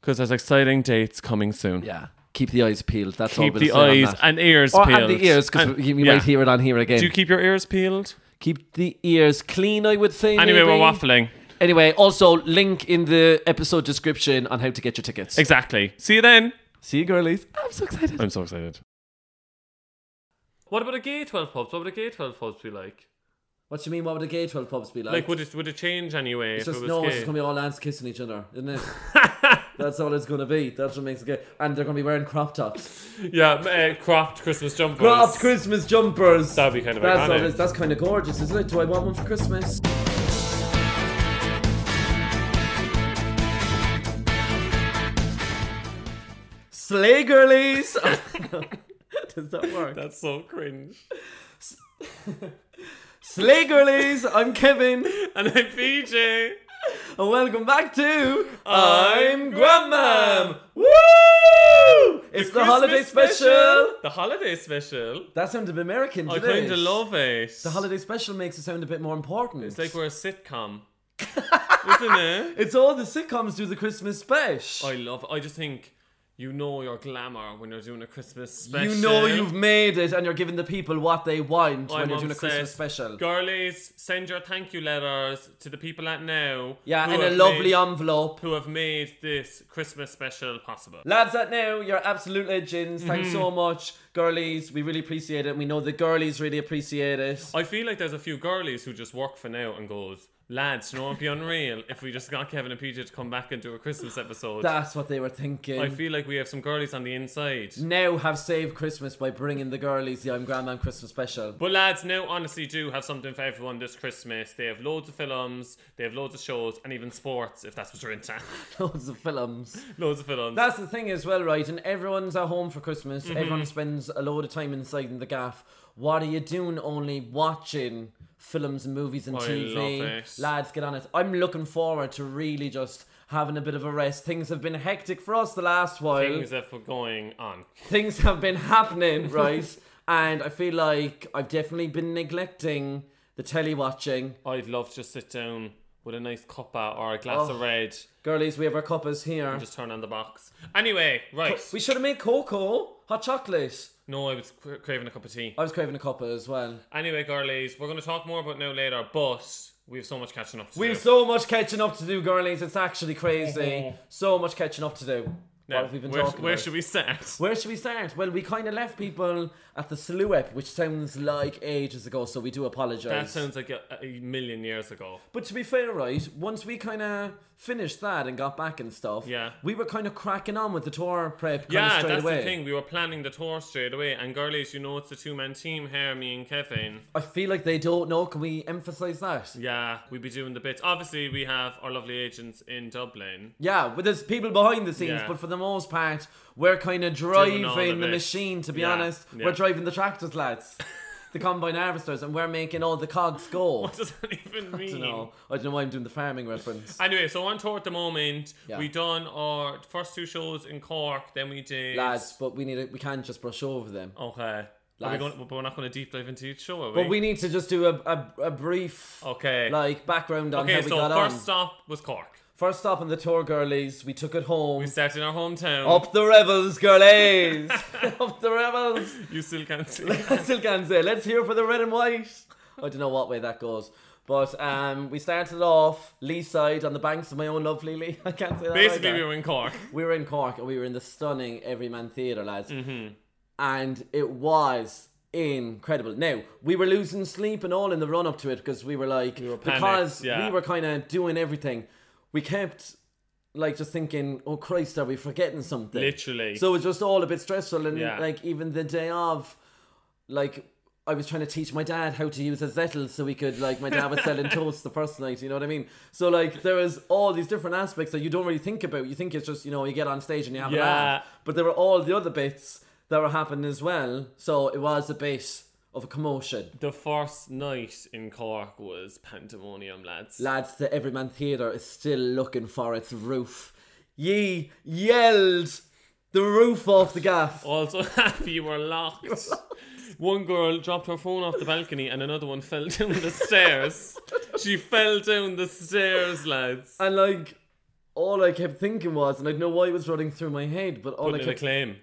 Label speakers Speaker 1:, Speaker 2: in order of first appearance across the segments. Speaker 1: because there's exciting dates coming soon.
Speaker 2: yeah, keep the eyes peeled. That's all
Speaker 1: Keep
Speaker 2: we'll
Speaker 1: the
Speaker 2: say on
Speaker 1: eyes
Speaker 2: that.
Speaker 1: and ears
Speaker 2: or
Speaker 1: peeled.
Speaker 2: and the ears because
Speaker 1: And-
Speaker 2: you, you
Speaker 1: yeah.
Speaker 2: might hear it on here again.
Speaker 1: Do you keep your ears peeled?
Speaker 2: keep the ears clean, I would say.
Speaker 1: Anyway,
Speaker 2: maybe.
Speaker 1: we're waffling.
Speaker 2: Anyway, also link in the episode description on how to get your tickets.
Speaker 1: Exactly. See you then.
Speaker 2: See you, girlies. I'm so excited.
Speaker 1: I'm so excited. What about a gay 12 pubs? What would a gay 12 pubs be like?
Speaker 2: What do you mean? What would the gay twelve pubs be like?
Speaker 1: Like, would it, would it change anyway
Speaker 2: it's
Speaker 1: if
Speaker 2: just
Speaker 1: it was
Speaker 2: no,
Speaker 1: gay?
Speaker 2: it's just gonna be all lads kissing each other, isn't it? That's all it's gonna be. That's what makes it gay. And they're gonna be wearing crop tops,
Speaker 1: yeah, uh, cropped Christmas jumpers.
Speaker 2: cropped Christmas jumpers.
Speaker 1: That'd be kind of
Speaker 2: That's all
Speaker 1: iconic.
Speaker 2: it is. That's kind of gorgeous, isn't it? Do I want one for Christmas? Slay girlies. Does that work?
Speaker 1: That's so cringe.
Speaker 2: Slay girlies. I'm Kevin,
Speaker 1: And then PJ.
Speaker 2: and welcome back to
Speaker 1: I'm Grandmam.
Speaker 2: Woo! It's the,
Speaker 1: Christmas
Speaker 2: holiday special.
Speaker 1: The holiday special.
Speaker 2: That sounded American,
Speaker 1: I
Speaker 2: didn't
Speaker 1: kind
Speaker 2: it?
Speaker 1: of love it.
Speaker 2: the holiday special makes it sound a bit more important.
Speaker 1: It's like we're a sitcom, isn't it?
Speaker 2: It's all the sitcoms do the Christmas special.
Speaker 1: I love. I just think you know your glamour when you're doing a Christmas special.
Speaker 2: You know you've made it and you're giving the people what they want
Speaker 1: I'm
Speaker 2: when you're doing a Christmas
Speaker 1: obsessed.
Speaker 2: special.
Speaker 1: Girlies, send your thank you letters to the people at now.
Speaker 2: yeah,
Speaker 1: who
Speaker 2: in a
Speaker 1: have
Speaker 2: lovely
Speaker 1: made,
Speaker 2: envelope.
Speaker 1: who have made this Christmas special possible.
Speaker 2: Lads at now, you're absolute legends. Thanks so much, girlies. We really appreciate it. We know the girlies really appreciate it.
Speaker 1: I feel like there's a few girlies who just work for now and goes, lads, you know it'd be unreal if we just got Kevin and PJ to come back and do a Christmas episode.
Speaker 2: That's what they were thinking.
Speaker 1: I feel like we have some girlies on the inside.
Speaker 2: now have saved Christmas by bringing the girlies the I'm Grandman Christmas special.
Speaker 1: But lads now honestly do have something for everyone this Christmas. They have loads of films, they have loads of shows, and even sports if that's what you're into.
Speaker 2: Loads of films.
Speaker 1: loads of films.
Speaker 2: That's the thing as well, right? And everyone's at home for Christmas.
Speaker 1: Mm-hmm.
Speaker 2: Everyone spends a load of time inside in the gaff. What are you doing? Only watching films and movies and
Speaker 1: I
Speaker 2: TV.
Speaker 1: love it.
Speaker 2: Lads, get on it. I'm looking forward to really just having a bit of a rest. Things have been hectic for us the last while.
Speaker 1: Things that were going on.
Speaker 2: Things have been happening, right? and I feel like I've definitely been neglecting the telly watching.
Speaker 1: I'd love to just sit down with a nice cuppa or a glass
Speaker 2: Oh.
Speaker 1: of red
Speaker 2: Girlies, we have our cuppas here.
Speaker 1: and just turn on the box. Anyway, right.
Speaker 2: We should have made cocoa, hot chocolate.
Speaker 1: No, I was cra- craving a cup of tea.
Speaker 2: I was craving a cuppa as well.
Speaker 1: Anyway, girlies, we're going to talk more about now later, but we have so much catching up to
Speaker 2: We've
Speaker 1: do.
Speaker 2: so much catching up to do, girlies. It's actually crazy. so much catching up to do.
Speaker 1: Now,
Speaker 2: what have we been
Speaker 1: where,
Speaker 2: talking
Speaker 1: where
Speaker 2: about?
Speaker 1: should we start?
Speaker 2: Where should we start? Well, we kind of left people at the Silhouette, which sounds like ages ago, so we do
Speaker 1: That
Speaker 2: apologise.
Speaker 1: sounds like a, a million years ago.
Speaker 2: but to be fair, right, once we kind of finished that and got back and stuff,
Speaker 1: Yeah.
Speaker 2: we were kind of cracking on with the tour prep kind of
Speaker 1: Yeah,
Speaker 2: straight
Speaker 1: that's
Speaker 2: away.
Speaker 1: the thing. We were planning the tour straight away, and girlies, you know, it's a two man team here, me and Kevin.
Speaker 2: I feel like they don't know. Can we emphasise that?
Speaker 1: Yeah, we'd be doing the bits. Obviously, we have our lovely agents in Dublin.
Speaker 2: Yeah, well, there's people behind the scenes,
Speaker 1: Yeah.
Speaker 2: but for the most part, we're kind of
Speaker 1: Doing all
Speaker 2: driving
Speaker 1: of
Speaker 2: the
Speaker 1: it.
Speaker 2: machine, to be
Speaker 1: Yeah,
Speaker 2: honest.
Speaker 1: yeah.
Speaker 2: We're driving the tractors, lads. the combine harvesters, and we're making all the cogs go.
Speaker 1: What does that even
Speaker 2: I
Speaker 1: mean?
Speaker 2: don't know. I don't know why I'm doing the farming reference.
Speaker 1: Anyway, so on tour at the moment,
Speaker 2: Yeah.
Speaker 1: we done our first two shows in Cork, then we did.
Speaker 2: lads, but we need to, we can't just brush over them.
Speaker 1: Okay. Are we
Speaker 2: Lads.
Speaker 1: going, but we're not going to deep dive into each show, are we?
Speaker 2: But we need to just do a, a, a brief
Speaker 1: Okay.
Speaker 2: like background on
Speaker 1: okay,
Speaker 2: how we
Speaker 1: so
Speaker 2: got
Speaker 1: first
Speaker 2: on.
Speaker 1: stop was Cork.
Speaker 2: first stop on the tour, girlies. We took it home.
Speaker 1: We started in our hometown.
Speaker 2: Up the rebels, girlies. Up the rebels.
Speaker 1: You still can't see.
Speaker 2: I still can't say. Let's hear for the red and white. I don't know what way that goes. But um, we started off Lee side on the banks of my own lovely Lee. I can't say that.
Speaker 1: Basically,
Speaker 2: either.
Speaker 1: we were in Cork.
Speaker 2: We were in Cork and we were in the stunning Everyman Theatre, lads. And it was incredible. Now we were losing sleep and all in the run up to it because we were like
Speaker 1: panicked,
Speaker 2: because
Speaker 1: yeah.
Speaker 2: we were kind of doing everything. We kept like just thinking, oh Christ, are we forgetting something?
Speaker 1: Literally.
Speaker 2: So it was just all a bit stressful, and
Speaker 1: Yeah.
Speaker 2: like even the day of, like. I was trying to teach my dad how to use a Zettel so we could, like, my dad was selling toast the first night, you know what I mean? So, like, there was all these different aspects that you don't really think about. You think it's just, you know, you get on stage and you have a
Speaker 1: Yeah.
Speaker 2: laugh. But there were all the other bits that were happening as well. So it was a bit of a commotion.
Speaker 1: The first night in Cork was pandemonium, lads.
Speaker 2: Lads, the Everyman Theatre is still looking for its roof. Ye yelled the roof off the gaff.
Speaker 1: also happy you were locked. One girl dropped her phone off the balcony and another one fell down the stairs. She fell down the stairs, lads.
Speaker 2: And, like, all I kept thinking was, and I don't know why it was running through my head, but all
Speaker 1: Put
Speaker 2: I
Speaker 1: in a
Speaker 2: kept
Speaker 1: claim.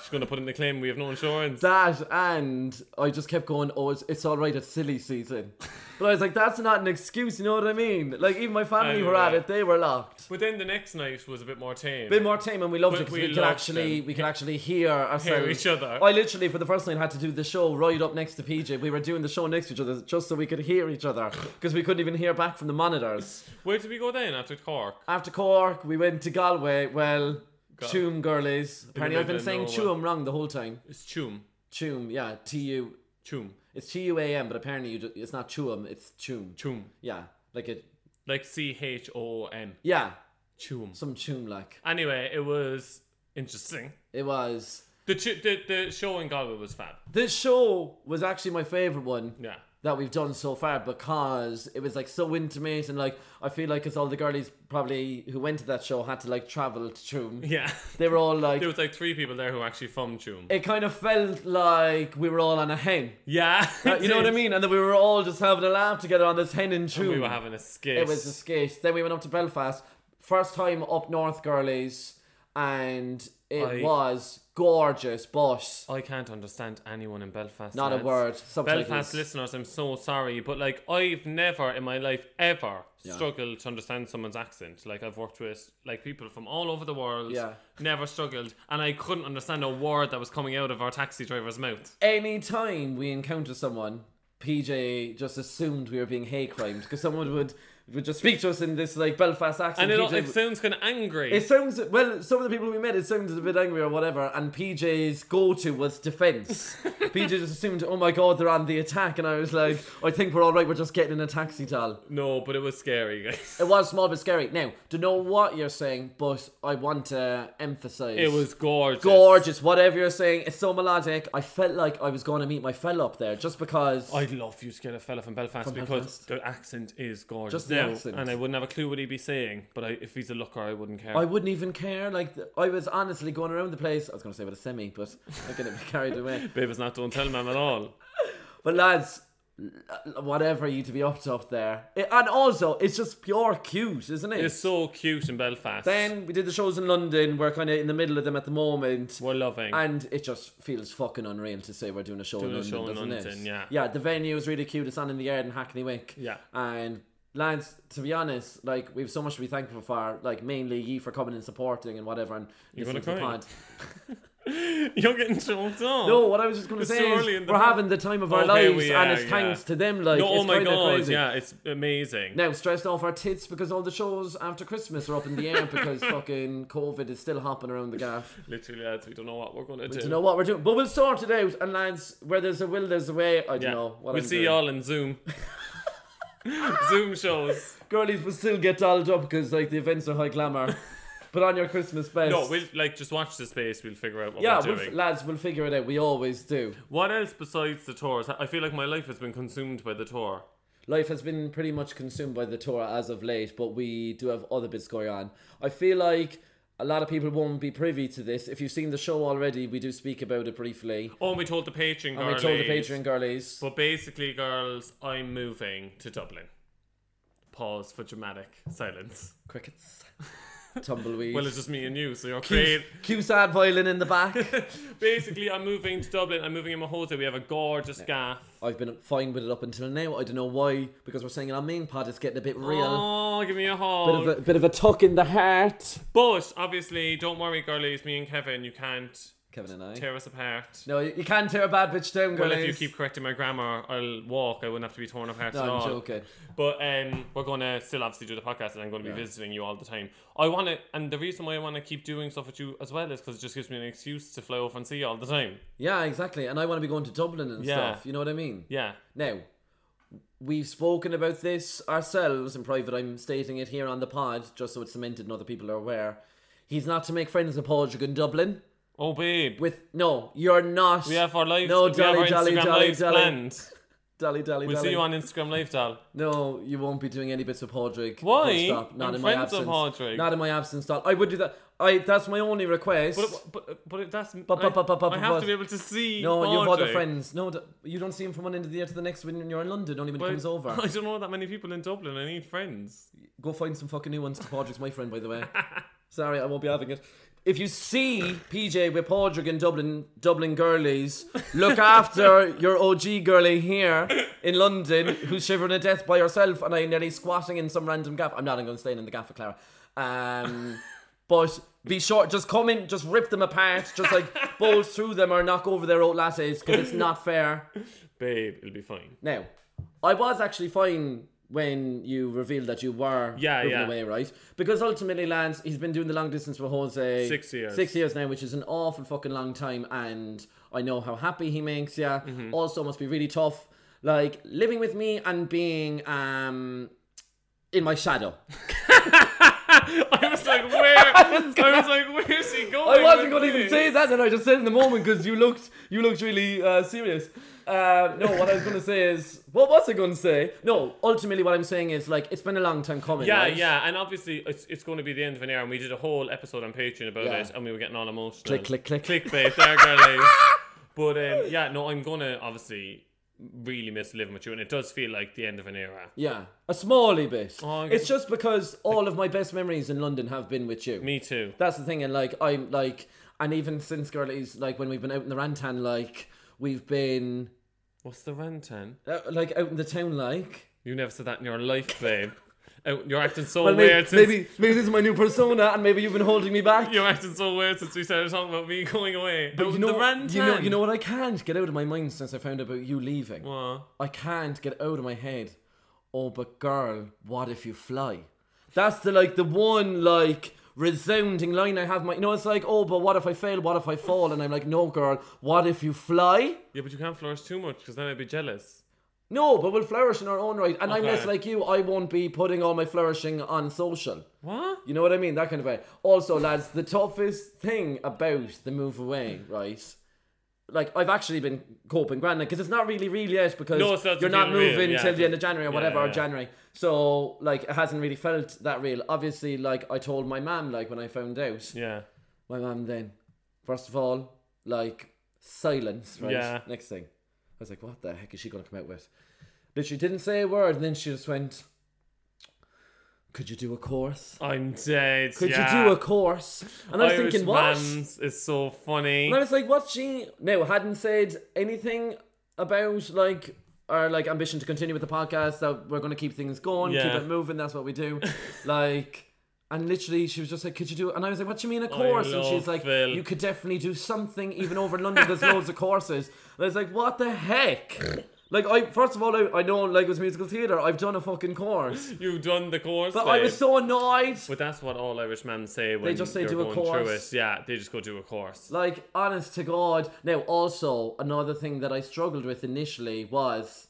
Speaker 1: She's going to put in a claim. We have no insurance.
Speaker 2: That and I just kept going, oh, it's, it's all right, it's silly season. But I was like, that's not an excuse, you know what I mean? Like, even my family
Speaker 1: I know
Speaker 2: were at
Speaker 1: that.
Speaker 2: it, they were locked.
Speaker 1: But then the next night was a bit more tame.
Speaker 2: Bit more tame, and we loved
Speaker 1: But
Speaker 2: it 'cause
Speaker 1: we
Speaker 2: we, could
Speaker 1: loved
Speaker 2: actually
Speaker 1: them.
Speaker 2: we could actually hear ourselves,
Speaker 1: each other.
Speaker 2: I literally, for the first night, had to do the show right up next to PJ. We were doing the show next to each other just so we could hear each other because we couldn't even hear back from the monitors.
Speaker 1: Where did we go then after Cork?
Speaker 2: After Cork, we went to Galway. Well,
Speaker 1: Gal-
Speaker 2: Toom girlies. Apparently, I've been
Speaker 1: middle of
Speaker 2: saying
Speaker 1: nowhere.
Speaker 2: Toom wrong the whole time.
Speaker 1: It's Chum.
Speaker 2: Toom, yeah, T U
Speaker 1: Chum.
Speaker 2: It's T U A M, but apparently you ju- it's not Chuum, it's Choom.
Speaker 1: Chum.
Speaker 2: Yeah, like it.
Speaker 1: Like C H O M.
Speaker 2: Yeah,
Speaker 1: Chum.
Speaker 2: some Choom like.
Speaker 1: Anyway, it was interesting.
Speaker 2: It was.
Speaker 1: The, chu- the the show in Galway was fab.
Speaker 2: This show was actually my favorite one
Speaker 1: Yeah.
Speaker 2: that we've done so far because it was like so intimate and like I feel like it's all the girlies probably who went to that show had to like travel to Choom.
Speaker 1: Yeah.
Speaker 2: They were all like.
Speaker 1: There was like three people there who were actually from Chum.
Speaker 2: It kind of felt like we were all on a hen.
Speaker 1: Yeah.
Speaker 2: Uh, you know what I mean? And then we were all just having a laugh together on this hen and Choom.
Speaker 1: We were having a skit.
Speaker 2: It was a skate. Then we went up to Belfast. First time up north, girlies, and it
Speaker 1: I-
Speaker 2: was gorgeous. But
Speaker 1: I can't understand anyone in Belfast.
Speaker 2: not a
Speaker 1: lads.
Speaker 2: word. Subtitles.
Speaker 1: Belfast listeners, I'm so sorry, but like I've never in my life ever struggled to understand someone's accent. Like I've worked with like people from all over the world.
Speaker 2: Yeah.
Speaker 1: Never struggled, and I couldn't understand a word that was coming out of our taxi driver's mouth.
Speaker 2: Any time we encounter someone, PJ just assumed we were being hate crimed because someone would would just speak to us in this like Belfast accent.
Speaker 1: And it,
Speaker 2: PJ
Speaker 1: it sounds kind of angry.
Speaker 2: It sounds well. Some of the people we met, it sounded a bit angry or whatever. And PJ's go-to was defense. PJ just assumed, "Oh my God, they're on the attack," and I was like, "I think we're all right. We're just getting in a taxi, doll."
Speaker 1: no, but it was scary, guys.
Speaker 2: It was small but scary. Now, don't know what you're saying, but I want to emphasize.
Speaker 1: It was gorgeous.
Speaker 2: gorgeous. Whatever you're saying, it's so melodic. I felt like I was going to meet my fella up there just because.
Speaker 1: I'd love you to get a fella from Belfast because
Speaker 2: Belfast.
Speaker 1: the accent is gorgeous.
Speaker 2: Just the
Speaker 1: now,
Speaker 2: accent.
Speaker 1: And I wouldn't have a clue what he'd be saying, but I, if he's a looker, I wouldn't care.
Speaker 2: I wouldn't even care. Like th- I was honestly going around the place. I was going to say with a semi, but I'm going to be carried away.
Speaker 1: Babe is not don't tell man at all.
Speaker 2: But lads, l- whatever you to be up to up there, It- and also it's just pure cute, isn't it?
Speaker 1: It's so cute in Belfast.
Speaker 2: Then we did the shows in London. We're kind of in the middle of them at the moment.
Speaker 1: we're loving.
Speaker 2: And it just feels fucking unreal to say we're doing a show in
Speaker 1: Doing a
Speaker 2: London,
Speaker 1: show
Speaker 2: doesn't
Speaker 1: in London,
Speaker 2: it?
Speaker 1: yeah.
Speaker 2: Yeah, the venue is really cute. It's on in the yard in Hackney Wick.
Speaker 1: Yeah.
Speaker 2: And lads, to be honest, like we've so much to be thankful for. Like mainly ye for coming and supporting and whatever. And you're
Speaker 1: gonna cry? You're getting choked up.
Speaker 2: No, what I was just going to
Speaker 1: It's
Speaker 2: say
Speaker 1: so
Speaker 2: is
Speaker 1: early in the
Speaker 2: we're
Speaker 1: month.
Speaker 2: having the time of our
Speaker 1: Okay,
Speaker 2: lives,
Speaker 1: we
Speaker 2: and
Speaker 1: are,
Speaker 2: it's
Speaker 1: yeah.
Speaker 2: thanks to them. Like,
Speaker 1: No,
Speaker 2: it's
Speaker 1: oh my
Speaker 2: kinda
Speaker 1: god,
Speaker 2: crazy.
Speaker 1: yeah, it's amazing.
Speaker 2: Now stressed off our tits because all the shows after Christmas are up in the air because fucking COVID is still hopping around the gaff.
Speaker 1: Literally, lads, we don't know what we're gonna do.
Speaker 2: to know what we're doing. But we'll sort it out. And lads, where there's a will, there's a way. I don't
Speaker 1: yeah.
Speaker 2: know what
Speaker 1: we'll
Speaker 2: I'm doing.
Speaker 1: see y'all in Zoom. Zoom shows.
Speaker 2: Girlies will still get dolled up because like the events are high glamour. Put on your Christmas best.
Speaker 1: No, we'll like just watch the space. We'll figure out what
Speaker 2: yeah,
Speaker 1: we're
Speaker 2: we'll,
Speaker 1: doing.
Speaker 2: lads, we'll figure it out. We always do.
Speaker 1: what else besides the tours? I feel like my life has been consumed by the tour.
Speaker 2: Life has been pretty much consumed by the Torah as of late, but we do have other bits going on. I feel like a lot of people won't be privy to this. If you've seen the show already, we do speak about it briefly.
Speaker 1: Oh, and we told the Patreon
Speaker 2: And
Speaker 1: girls.
Speaker 2: we told the Patreon girlies.
Speaker 1: But basically, girls, I'm moving to Dublin. Pause for dramatic silence.
Speaker 2: Crickets. Tumbleweed.
Speaker 1: Well, it's just me and you, so you're
Speaker 2: cue,
Speaker 1: great.
Speaker 2: cue sad violin in the back.
Speaker 1: Basically, I'm moving to Dublin. I'm moving in my hotel. We have a gorgeous gaff.
Speaker 2: I've been fine with it up until now. I don't know why, because we're saying it on main pod, it's getting a bit real.
Speaker 1: Oh, give me a
Speaker 2: Bit
Speaker 1: hug.
Speaker 2: of, a, bit of a tuck in the heart.
Speaker 1: But obviously, don't worry, girlies. Me and Kevin, you can't
Speaker 2: Kevin and I.
Speaker 1: Tear us apart.
Speaker 2: no, you, you can't tear a bad bitch down,
Speaker 1: Well,
Speaker 2: guys.
Speaker 1: if you keep correcting my grammar, I'll walk. I wouldn't have to be torn apart
Speaker 2: No,
Speaker 1: at
Speaker 2: I'm
Speaker 1: all.
Speaker 2: joking.
Speaker 1: But um, we're going to still obviously do the podcast, and I'm going to be
Speaker 2: Yeah.
Speaker 1: visiting you all the time. I want to, and the reason why I want to keep doing stuff with you as well is because it just gives me an excuse to fly over and see you all the time.
Speaker 2: Yeah, exactly. And I want to be going to Dublin and
Speaker 1: Yeah.
Speaker 2: stuff. You know what I mean?
Speaker 1: Yeah,
Speaker 2: Now, we've spoken about this ourselves in private. I'm stating it here on the pod, just so it's cemented and other people are aware. He's not to make friends with Paul Jug in Dublin.
Speaker 1: Oh, babe.
Speaker 2: With no, you're not.
Speaker 1: We have our lives.
Speaker 2: No,
Speaker 1: we
Speaker 2: Dolly,
Speaker 1: have our
Speaker 2: Dolly,
Speaker 1: Instagram
Speaker 2: Dolly,
Speaker 1: lives
Speaker 2: Dolly.
Speaker 1: planned.
Speaker 2: Dally, dally,
Speaker 1: We'll
Speaker 2: dally.
Speaker 1: see you on Instagram Live, Dal.
Speaker 2: No, you won't be doing any bits with Padraig. full
Speaker 1: Why?
Speaker 2: Stop. Not
Speaker 1: I'm
Speaker 2: in my
Speaker 1: friends with
Speaker 2: absence.
Speaker 1: Padraig.
Speaker 2: Not in my absence. Dal. I would do that. I. That's my only request.
Speaker 1: But but but that's.
Speaker 2: but- but- but- but-
Speaker 1: I have
Speaker 2: but-
Speaker 1: to be able to see.
Speaker 2: no, you have
Speaker 1: Audrey.
Speaker 2: other friends. No, d- you don't see him from one end of the year to the next when you're in London. Only when
Speaker 1: But
Speaker 2: he comes over.
Speaker 1: I don't know that many people in Dublin. I need friends.
Speaker 2: Go find some fucking new ones. Padraig's my friend, by the way. Sorry, I won't be having it. If you see PJ with Padraig in Dublin, Dublin girlies, look after your OG girlie here in London who's shivering to death by herself and I nearly squatting in some random gaff. I'm not going to stay in the gaff with Clara. Um, but be sure, just come in, just rip them apart, just like bowl through them or knock over their oat lattes because it's not fair.
Speaker 1: Babe, it'll be fine.
Speaker 2: Now, I was actually fine when you revealed that you were
Speaker 1: Yeah,
Speaker 2: moving
Speaker 1: yeah.
Speaker 2: away, right? Because ultimately, Lance, he's been doing the long distance with Jose
Speaker 1: Six years.
Speaker 2: six years now, which is an awful fucking long time, and I know how happy he makes you.
Speaker 1: Mm-hmm.
Speaker 2: Also, must be really tough, like living with me and being um in my shadow.
Speaker 1: I was like, where? I was, like, where's he going?
Speaker 2: I wasn't
Speaker 1: with
Speaker 2: going to even
Speaker 1: this?
Speaker 2: say that, and I just said in the moment because you looked you looked really uh, serious. Um, no, what I was going to say is, what was I going to say? No, ultimately, what I'm saying is like it's been a long time coming.
Speaker 1: Yeah,
Speaker 2: right?
Speaker 1: yeah, and obviously it's, it's going to be the end of an era, and we did a whole episode on Patreon about
Speaker 2: Yeah.
Speaker 1: it, and we were getting all emotional.
Speaker 2: Click, click, click.
Speaker 1: Clickbait, there, girlies. but um, yeah, no, I'm gonna obviously really miss living with you, and it does feel like the end of an era.
Speaker 2: Yeah, a smally bit.
Speaker 1: Oh, okay.
Speaker 2: it's just because all of my best memories in London have been with you.
Speaker 1: Me too.
Speaker 2: That's the thing, and like I'm like, and even since girlies, like when we've been out in the rantan, like we've been
Speaker 1: What's the Rantan?
Speaker 2: uh, like out in the town, like.
Speaker 1: You never said that in your life, babe. Oh, you're acting so
Speaker 2: Well, maybe,
Speaker 1: weird. Since,
Speaker 2: maybe maybe this is my new persona, and maybe you've been holding me back.
Speaker 1: You're acting so weird since we started talking about me going away.
Speaker 2: But
Speaker 1: the,
Speaker 2: you know,
Speaker 1: the Rantan.
Speaker 2: you know, you know what? I can't get out of my mind since I found out about you leaving.
Speaker 1: What?
Speaker 2: I can't get out of my head. Oh, but girl, what if you fly? That's the like the one like resounding line I have. My, you know, it's like, oh, but what if I fail? What if I fall? And I'm like, no, girl, what if you fly?
Speaker 1: Yeah, but you can't flourish too much because then I'd be jealous.
Speaker 2: No, but we'll flourish in our own right. And I'm
Speaker 1: Okay.
Speaker 2: less like you. I won't be putting all my flourishing on social.
Speaker 1: What?
Speaker 2: You know what I mean? That kind of way. Also, lads, the toughest thing about the move away, right? Like I've actually been coping grand because it's not really real yet because
Speaker 1: No, it's not
Speaker 2: you're not
Speaker 1: really real,
Speaker 2: moving
Speaker 1: yeah,
Speaker 2: till
Speaker 1: just-
Speaker 2: the end of January or whatever
Speaker 1: yeah.
Speaker 2: or January. So like it hasn't really felt that real. Obviously, like I told my mum like when I found out.
Speaker 1: Yeah.
Speaker 2: My mum then, first of all, like silence, right?
Speaker 1: Yeah.
Speaker 2: Next thing. I was like, what the heck is she gonna come out with? Literally didn't say a word, and then she just went, Could you do a course?
Speaker 1: I'm dead.
Speaker 2: Could
Speaker 1: yeah.
Speaker 2: you do a course? And I was
Speaker 1: Irish
Speaker 2: thinking, what?
Speaker 1: Mans is so funny.
Speaker 2: And I was like, what? She no hadn't said anything about like our like ambition to continue with the podcast. That we're going to keep things going, keep
Speaker 1: Yeah.
Speaker 2: it moving. That's what we do. like. And literally, she was just like, "Could you do?" it? And I was like, "What do you mean a course?" And she's
Speaker 1: love
Speaker 2: like,
Speaker 1: Phil.
Speaker 2: "You could definitely do something, even over in London. There's loads of courses." And I was like, "What the heck?" like, I first of all, I, I know like it was musical theatre. I've done a fucking course,
Speaker 1: You've done the course.
Speaker 2: but I was so annoyed.
Speaker 1: But that's what all Irish men say when
Speaker 2: just say,
Speaker 1: you're
Speaker 2: "Do a
Speaker 1: going through it.
Speaker 2: course."
Speaker 1: Yeah, they just go do a course.
Speaker 2: Like, honest to God. Now, also, another thing that I struggled with initially was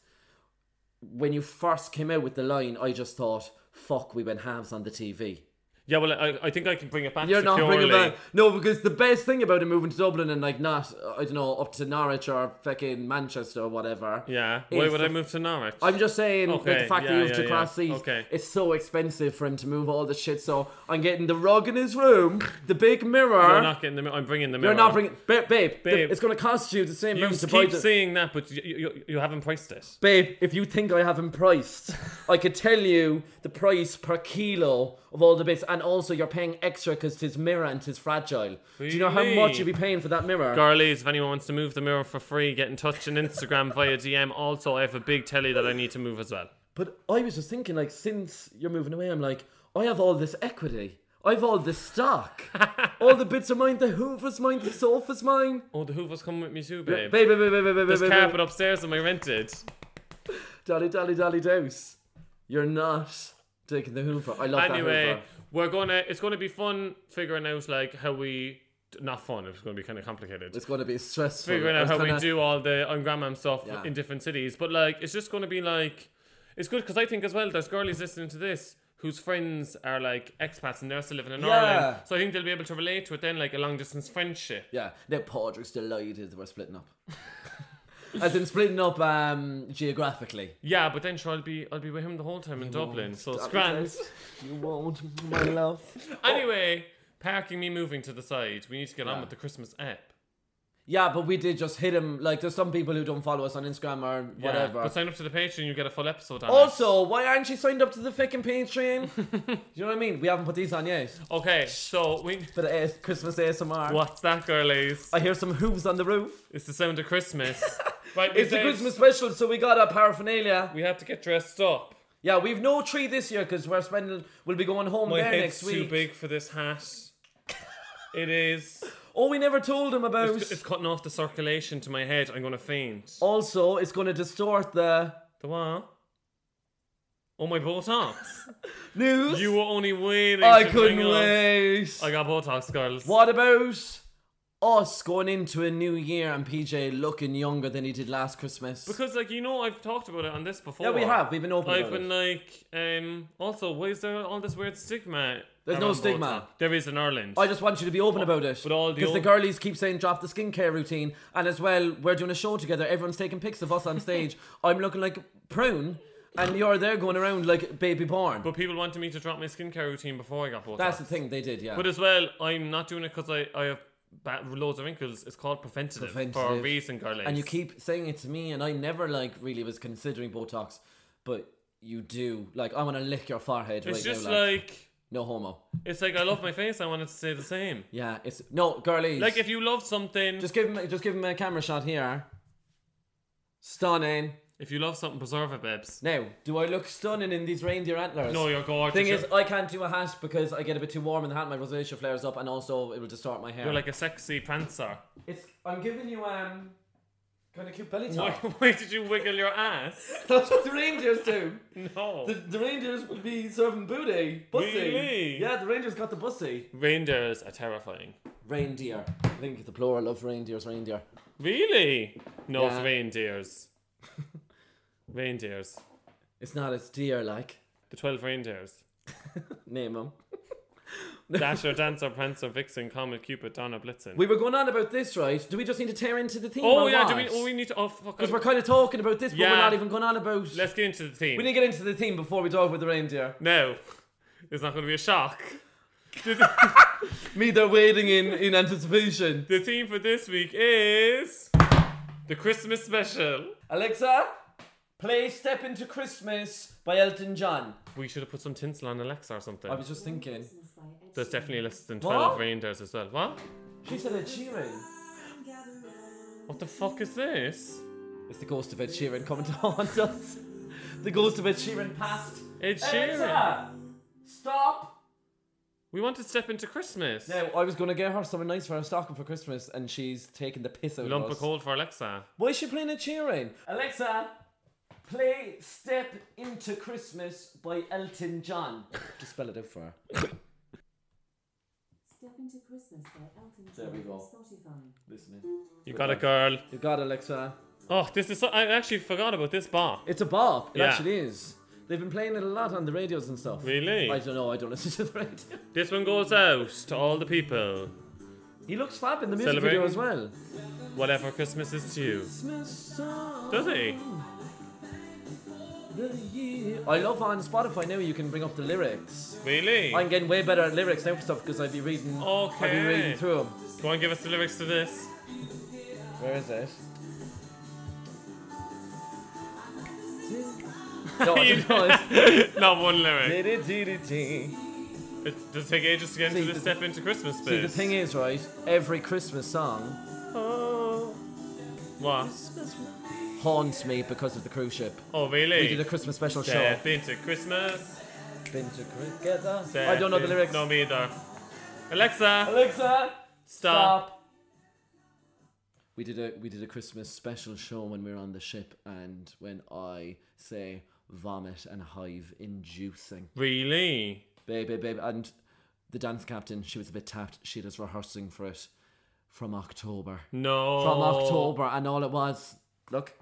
Speaker 2: when you first came out with the line, I just thought, fuck, we went halves on the TV.
Speaker 1: Yeah, well, I, I think I can bring it back
Speaker 2: You're
Speaker 1: securely.
Speaker 2: not bringing back. No, because the best thing about it moving to Dublin and, like, not, I don't know, up to Norwich or fucking Manchester or whatever.
Speaker 1: Yeah. Why
Speaker 2: is
Speaker 1: would
Speaker 2: the-
Speaker 1: I move to Norwich?
Speaker 2: I'm just saying, like,
Speaker 1: Okay,
Speaker 2: the fact
Speaker 1: yeah,
Speaker 2: that you have
Speaker 1: yeah,
Speaker 2: to cross
Speaker 1: yeah.
Speaker 2: seas,
Speaker 1: Okay.
Speaker 2: it's so expensive for him to move all the shit. So I'm getting the rug in his room, the big mirror.
Speaker 1: You're not getting the. mi- I'm bringing the.
Speaker 2: You're
Speaker 1: Mirror.
Speaker 2: not bringing, babe. babe, the-
Speaker 1: Babe.
Speaker 2: It's going to cost you the same
Speaker 1: You
Speaker 2: amount to
Speaker 1: keep
Speaker 2: buy the,
Speaker 1: saying that, but you, you, you haven't priced it.
Speaker 2: Babe, if you think I haven't priced, I could tell you the price per kilo of all the bits, and also you're paying extra because tis mirror and tis fragile. Do you know how much
Speaker 1: Really?
Speaker 2: you'd be paying for that mirror?
Speaker 1: Girlies, if anyone wants to move the mirror for free, get in touch on Instagram via DM. Also, I have a big telly that I need to move as well.
Speaker 2: but I was just thinking, like, since you're moving away, I'm like, I have all this equity. I've all this stock. All the bits are mine. The Hoover's mine. The sofa's mine.
Speaker 1: Oh, the Hoover's coming with me too,
Speaker 2: Baby,
Speaker 1: babe.
Speaker 2: baby, baby, baby,
Speaker 1: There's
Speaker 2: baby,
Speaker 1: carpet upstairs and I rented.
Speaker 2: Dolly, dolly, dolly, dose. You're not taking the Hoover. I love that uh,
Speaker 1: Anyway,
Speaker 2: Hoover.
Speaker 1: we're gonna. It's gonna be fun figuring out like how we. Not fun. It's gonna be kind of complicated.
Speaker 2: It's going to be stressful.
Speaker 1: figuring
Speaker 2: I
Speaker 1: out
Speaker 2: was
Speaker 1: how
Speaker 2: kinda-
Speaker 1: we do all the on grandmam stuff
Speaker 2: Yeah.
Speaker 1: in different cities. But like, it's just going to be like, it's good because I think as well, there's girlies listening to this whose friends are like expats and they're still living in
Speaker 2: Yeah.
Speaker 1: Ireland. So I think they'll be able to relate to it then, like a long distance friendship.
Speaker 2: Yeah, now Padraig's delighted that we're splitting up. As in splitting up um, geographically.
Speaker 1: Yeah, but then sure, I'll be I'll be with him the whole time in Dublin, so it's grand.
Speaker 2: You won't, my love.
Speaker 1: Anyway, parking me moving to the side. We need to get on
Speaker 2: Yeah.
Speaker 1: with the Christmas app.
Speaker 2: Yeah, but we did just hit him. Like, there's some people who don't follow us on Instagram or
Speaker 1: Yeah,
Speaker 2: whatever.
Speaker 1: But sign up to the Patreon, you get a full episode on it.
Speaker 2: also, why aren't you signed up to the fucking Patreon? Do you know what I mean? We haven't put these on yet.
Speaker 1: Okay, so we.
Speaker 2: But uh, Christmas ASMR.
Speaker 1: What's that, girlies?
Speaker 2: I hear some hooves on the roof.
Speaker 1: It's the sound of Christmas. right, we
Speaker 2: It's a
Speaker 1: said-
Speaker 2: Christmas special, so we got our paraphernalia.
Speaker 1: We have to get dressed up.
Speaker 2: Yeah, we've no tree this year because we're spending. We'll be going home
Speaker 1: My
Speaker 2: there
Speaker 1: head's
Speaker 2: next week.
Speaker 1: too big for this hat. It is.
Speaker 2: Oh, we never told him about.
Speaker 1: It's, it's cutting off the circulation to my head. I'm gonna faint.
Speaker 2: Also, it's going to distort the
Speaker 1: The what? Oh my Botox!
Speaker 2: news.
Speaker 1: You were only waiting.
Speaker 2: I
Speaker 1: to
Speaker 2: couldn't
Speaker 1: bring it up.
Speaker 2: wait.
Speaker 1: I got Botox, girls.
Speaker 2: What about us going into a new year and PJ looking younger than he did last Christmas?
Speaker 1: Because like you know, I've talked about it on this before.
Speaker 2: yeah, we have. We've been open.
Speaker 1: I've
Speaker 2: about
Speaker 1: been
Speaker 2: it.
Speaker 1: like, um. Also, why is there all this weird stigma?
Speaker 2: There's no
Speaker 1: around
Speaker 2: stigma.
Speaker 1: Botox? There is in Ireland.
Speaker 2: I just want you to be open about it.
Speaker 1: But all the
Speaker 2: Because the
Speaker 1: old-
Speaker 2: girlies keep saying drop the skincare routine, and as well, we're doing a show together. Everyone's taking pics of us on stage. I'm looking like prune, and you're there going around like baby born.
Speaker 1: but people wanted me to drop my skincare routine before I got Botox.
Speaker 2: That's the thing they did, yeah.
Speaker 1: But as well, I'm not doing it because I, I have ba- loads of wrinkles. It's called preventative, for a
Speaker 2: Preventative.
Speaker 1: reason, girlies.
Speaker 2: and you keep saying it to me, and I never like really was considering Botox, but you do. Like I want to lick your forehead
Speaker 1: It's
Speaker 2: right
Speaker 1: just
Speaker 2: now, like,
Speaker 1: like
Speaker 2: no homo.
Speaker 1: it's like I love my face. I wanted to say the same.
Speaker 2: Yeah, it's no girlies.
Speaker 1: Like if you love something,
Speaker 2: just give him, just give him a camera shot here. Stunning.
Speaker 1: if you love something, preserve it, babes.
Speaker 2: Now, do I look stunning in these reindeer antlers?
Speaker 1: No, you're gorgeous.
Speaker 2: Thing
Speaker 1: you're,
Speaker 2: is, I can't do a hat because I get a bit too warm in the hat, my rosacea flares up, and also it will distort my hair.
Speaker 1: you're like a sexy prancer.
Speaker 2: it's, I'm giving you um, kind of cute belly
Speaker 1: Why,
Speaker 2: top.
Speaker 1: why did you wiggle your ass?
Speaker 2: That's what the reindeers do.
Speaker 1: No.
Speaker 2: The, the reindeers would be serving booty, bussy.
Speaker 1: Really?
Speaker 2: Yeah, the reindeers got the bussy.
Speaker 1: Reindeers are terrifying.
Speaker 2: Reindeer. I think the plural of reindeers, reindeer.
Speaker 1: Really? No,
Speaker 2: Yeah.
Speaker 1: it's reindeers. reindeers.
Speaker 2: It's not as deer like.
Speaker 1: The twelve reindeers.
Speaker 2: Name them.
Speaker 1: Dasher, Dancer, Prancer, Vixen, Comet, Cupid, Donna, Blitzen.
Speaker 2: We were going on about this, right? Do we just need to tear into the theme?
Speaker 1: Oh
Speaker 2: or
Speaker 1: yeah,
Speaker 2: what?
Speaker 1: do we? Oh, we need to. Oh fuck.
Speaker 2: Because
Speaker 1: I-
Speaker 2: we're kind of talking about this, but we're
Speaker 1: Yeah.
Speaker 2: not even going on about.
Speaker 1: Let's get into the theme.
Speaker 2: We need to get into the theme before we talk about the reindeer.
Speaker 1: no, it's not going to be a shock.
Speaker 2: Me, they're waiting in, in anticipation.
Speaker 1: The theme for this week is the Christmas special.
Speaker 2: Alexa, play Step Into Christmas by Elton John.
Speaker 1: We should have put some tinsel on Alexa or something.
Speaker 2: I was just thinking.
Speaker 1: There's definitely less than
Speaker 2: What?
Speaker 1: twelve reindeers as well. What?
Speaker 2: She said Ed Sheeran.
Speaker 1: What the fuck is this?
Speaker 2: It's the ghost of Ed Sheeran coming to haunt us. The ghost of Ed Sheeran passed.
Speaker 1: Ed Sheeran.
Speaker 2: Alexa, stop.
Speaker 1: We want to step into Christmas.
Speaker 2: Now, I was going to get her something nice for her stocking for Christmas, and she's taking the piss out
Speaker 1: Lump
Speaker 2: of
Speaker 1: of
Speaker 2: us.
Speaker 1: coal for Alexa.
Speaker 2: Why is she playing a cheering? Alexa, play Step Into Christmas by Elton John. Just spell it out for her.
Speaker 3: Step into Christmas by Elton
Speaker 2: There
Speaker 3: John
Speaker 2: we
Speaker 3: on
Speaker 2: go.
Speaker 3: Spotify.
Speaker 2: Listening.
Speaker 1: You got it, girl.
Speaker 2: You got it, Alexa.
Speaker 1: Oh, this is. So, I actually forgot about this bar.
Speaker 2: It's a bop. It
Speaker 1: Yeah.
Speaker 2: actually is. They've been playing it a lot on the radios and stuff.
Speaker 1: Really?
Speaker 2: I don't know. I don't listen to the radio.
Speaker 1: This one goes out to all the people.
Speaker 2: He looks fab in the music
Speaker 1: Celebrating.
Speaker 2: video as well.
Speaker 1: Whatever Christmas is to you.
Speaker 2: Does
Speaker 1: Does he?
Speaker 2: I love on Spotify now you can bring up the lyrics.
Speaker 1: Really?
Speaker 2: I'm getting way better at lyrics now for stuff because I'd be reading. I'd be
Speaker 1: Okay.
Speaker 2: reading through them.
Speaker 1: Go on, give us the lyrics to this.
Speaker 2: Where is it? no, I
Speaker 1: You-
Speaker 2: don't know. It's-
Speaker 1: Not one lyric.
Speaker 2: See,
Speaker 1: It does take ages to get
Speaker 2: See,
Speaker 1: into the
Speaker 2: the-
Speaker 1: step into Christmas bit.
Speaker 2: the thing is, right? Every Christmas song
Speaker 1: Oh. What?
Speaker 2: haunts me because of the cruise ship.
Speaker 1: Oh,
Speaker 2: We did a
Speaker 1: really?
Speaker 2: Christmas special show.
Speaker 1: Step into Christmas.
Speaker 2: Been to Greece together.
Speaker 1: Step
Speaker 2: I don't know the
Speaker 1: in-
Speaker 2: lyrics.
Speaker 1: No, me either. Alexa,
Speaker 2: Alexa,
Speaker 1: stop.
Speaker 2: We did a we did a Christmas special show when we were on the ship, and when I say vomit and hive inducing,
Speaker 1: Really?
Speaker 2: babe, babe, babe, and the dance captain, she was a bit tapped. She was rehearsing for it from October,
Speaker 1: No.
Speaker 2: from October, and all it was, look,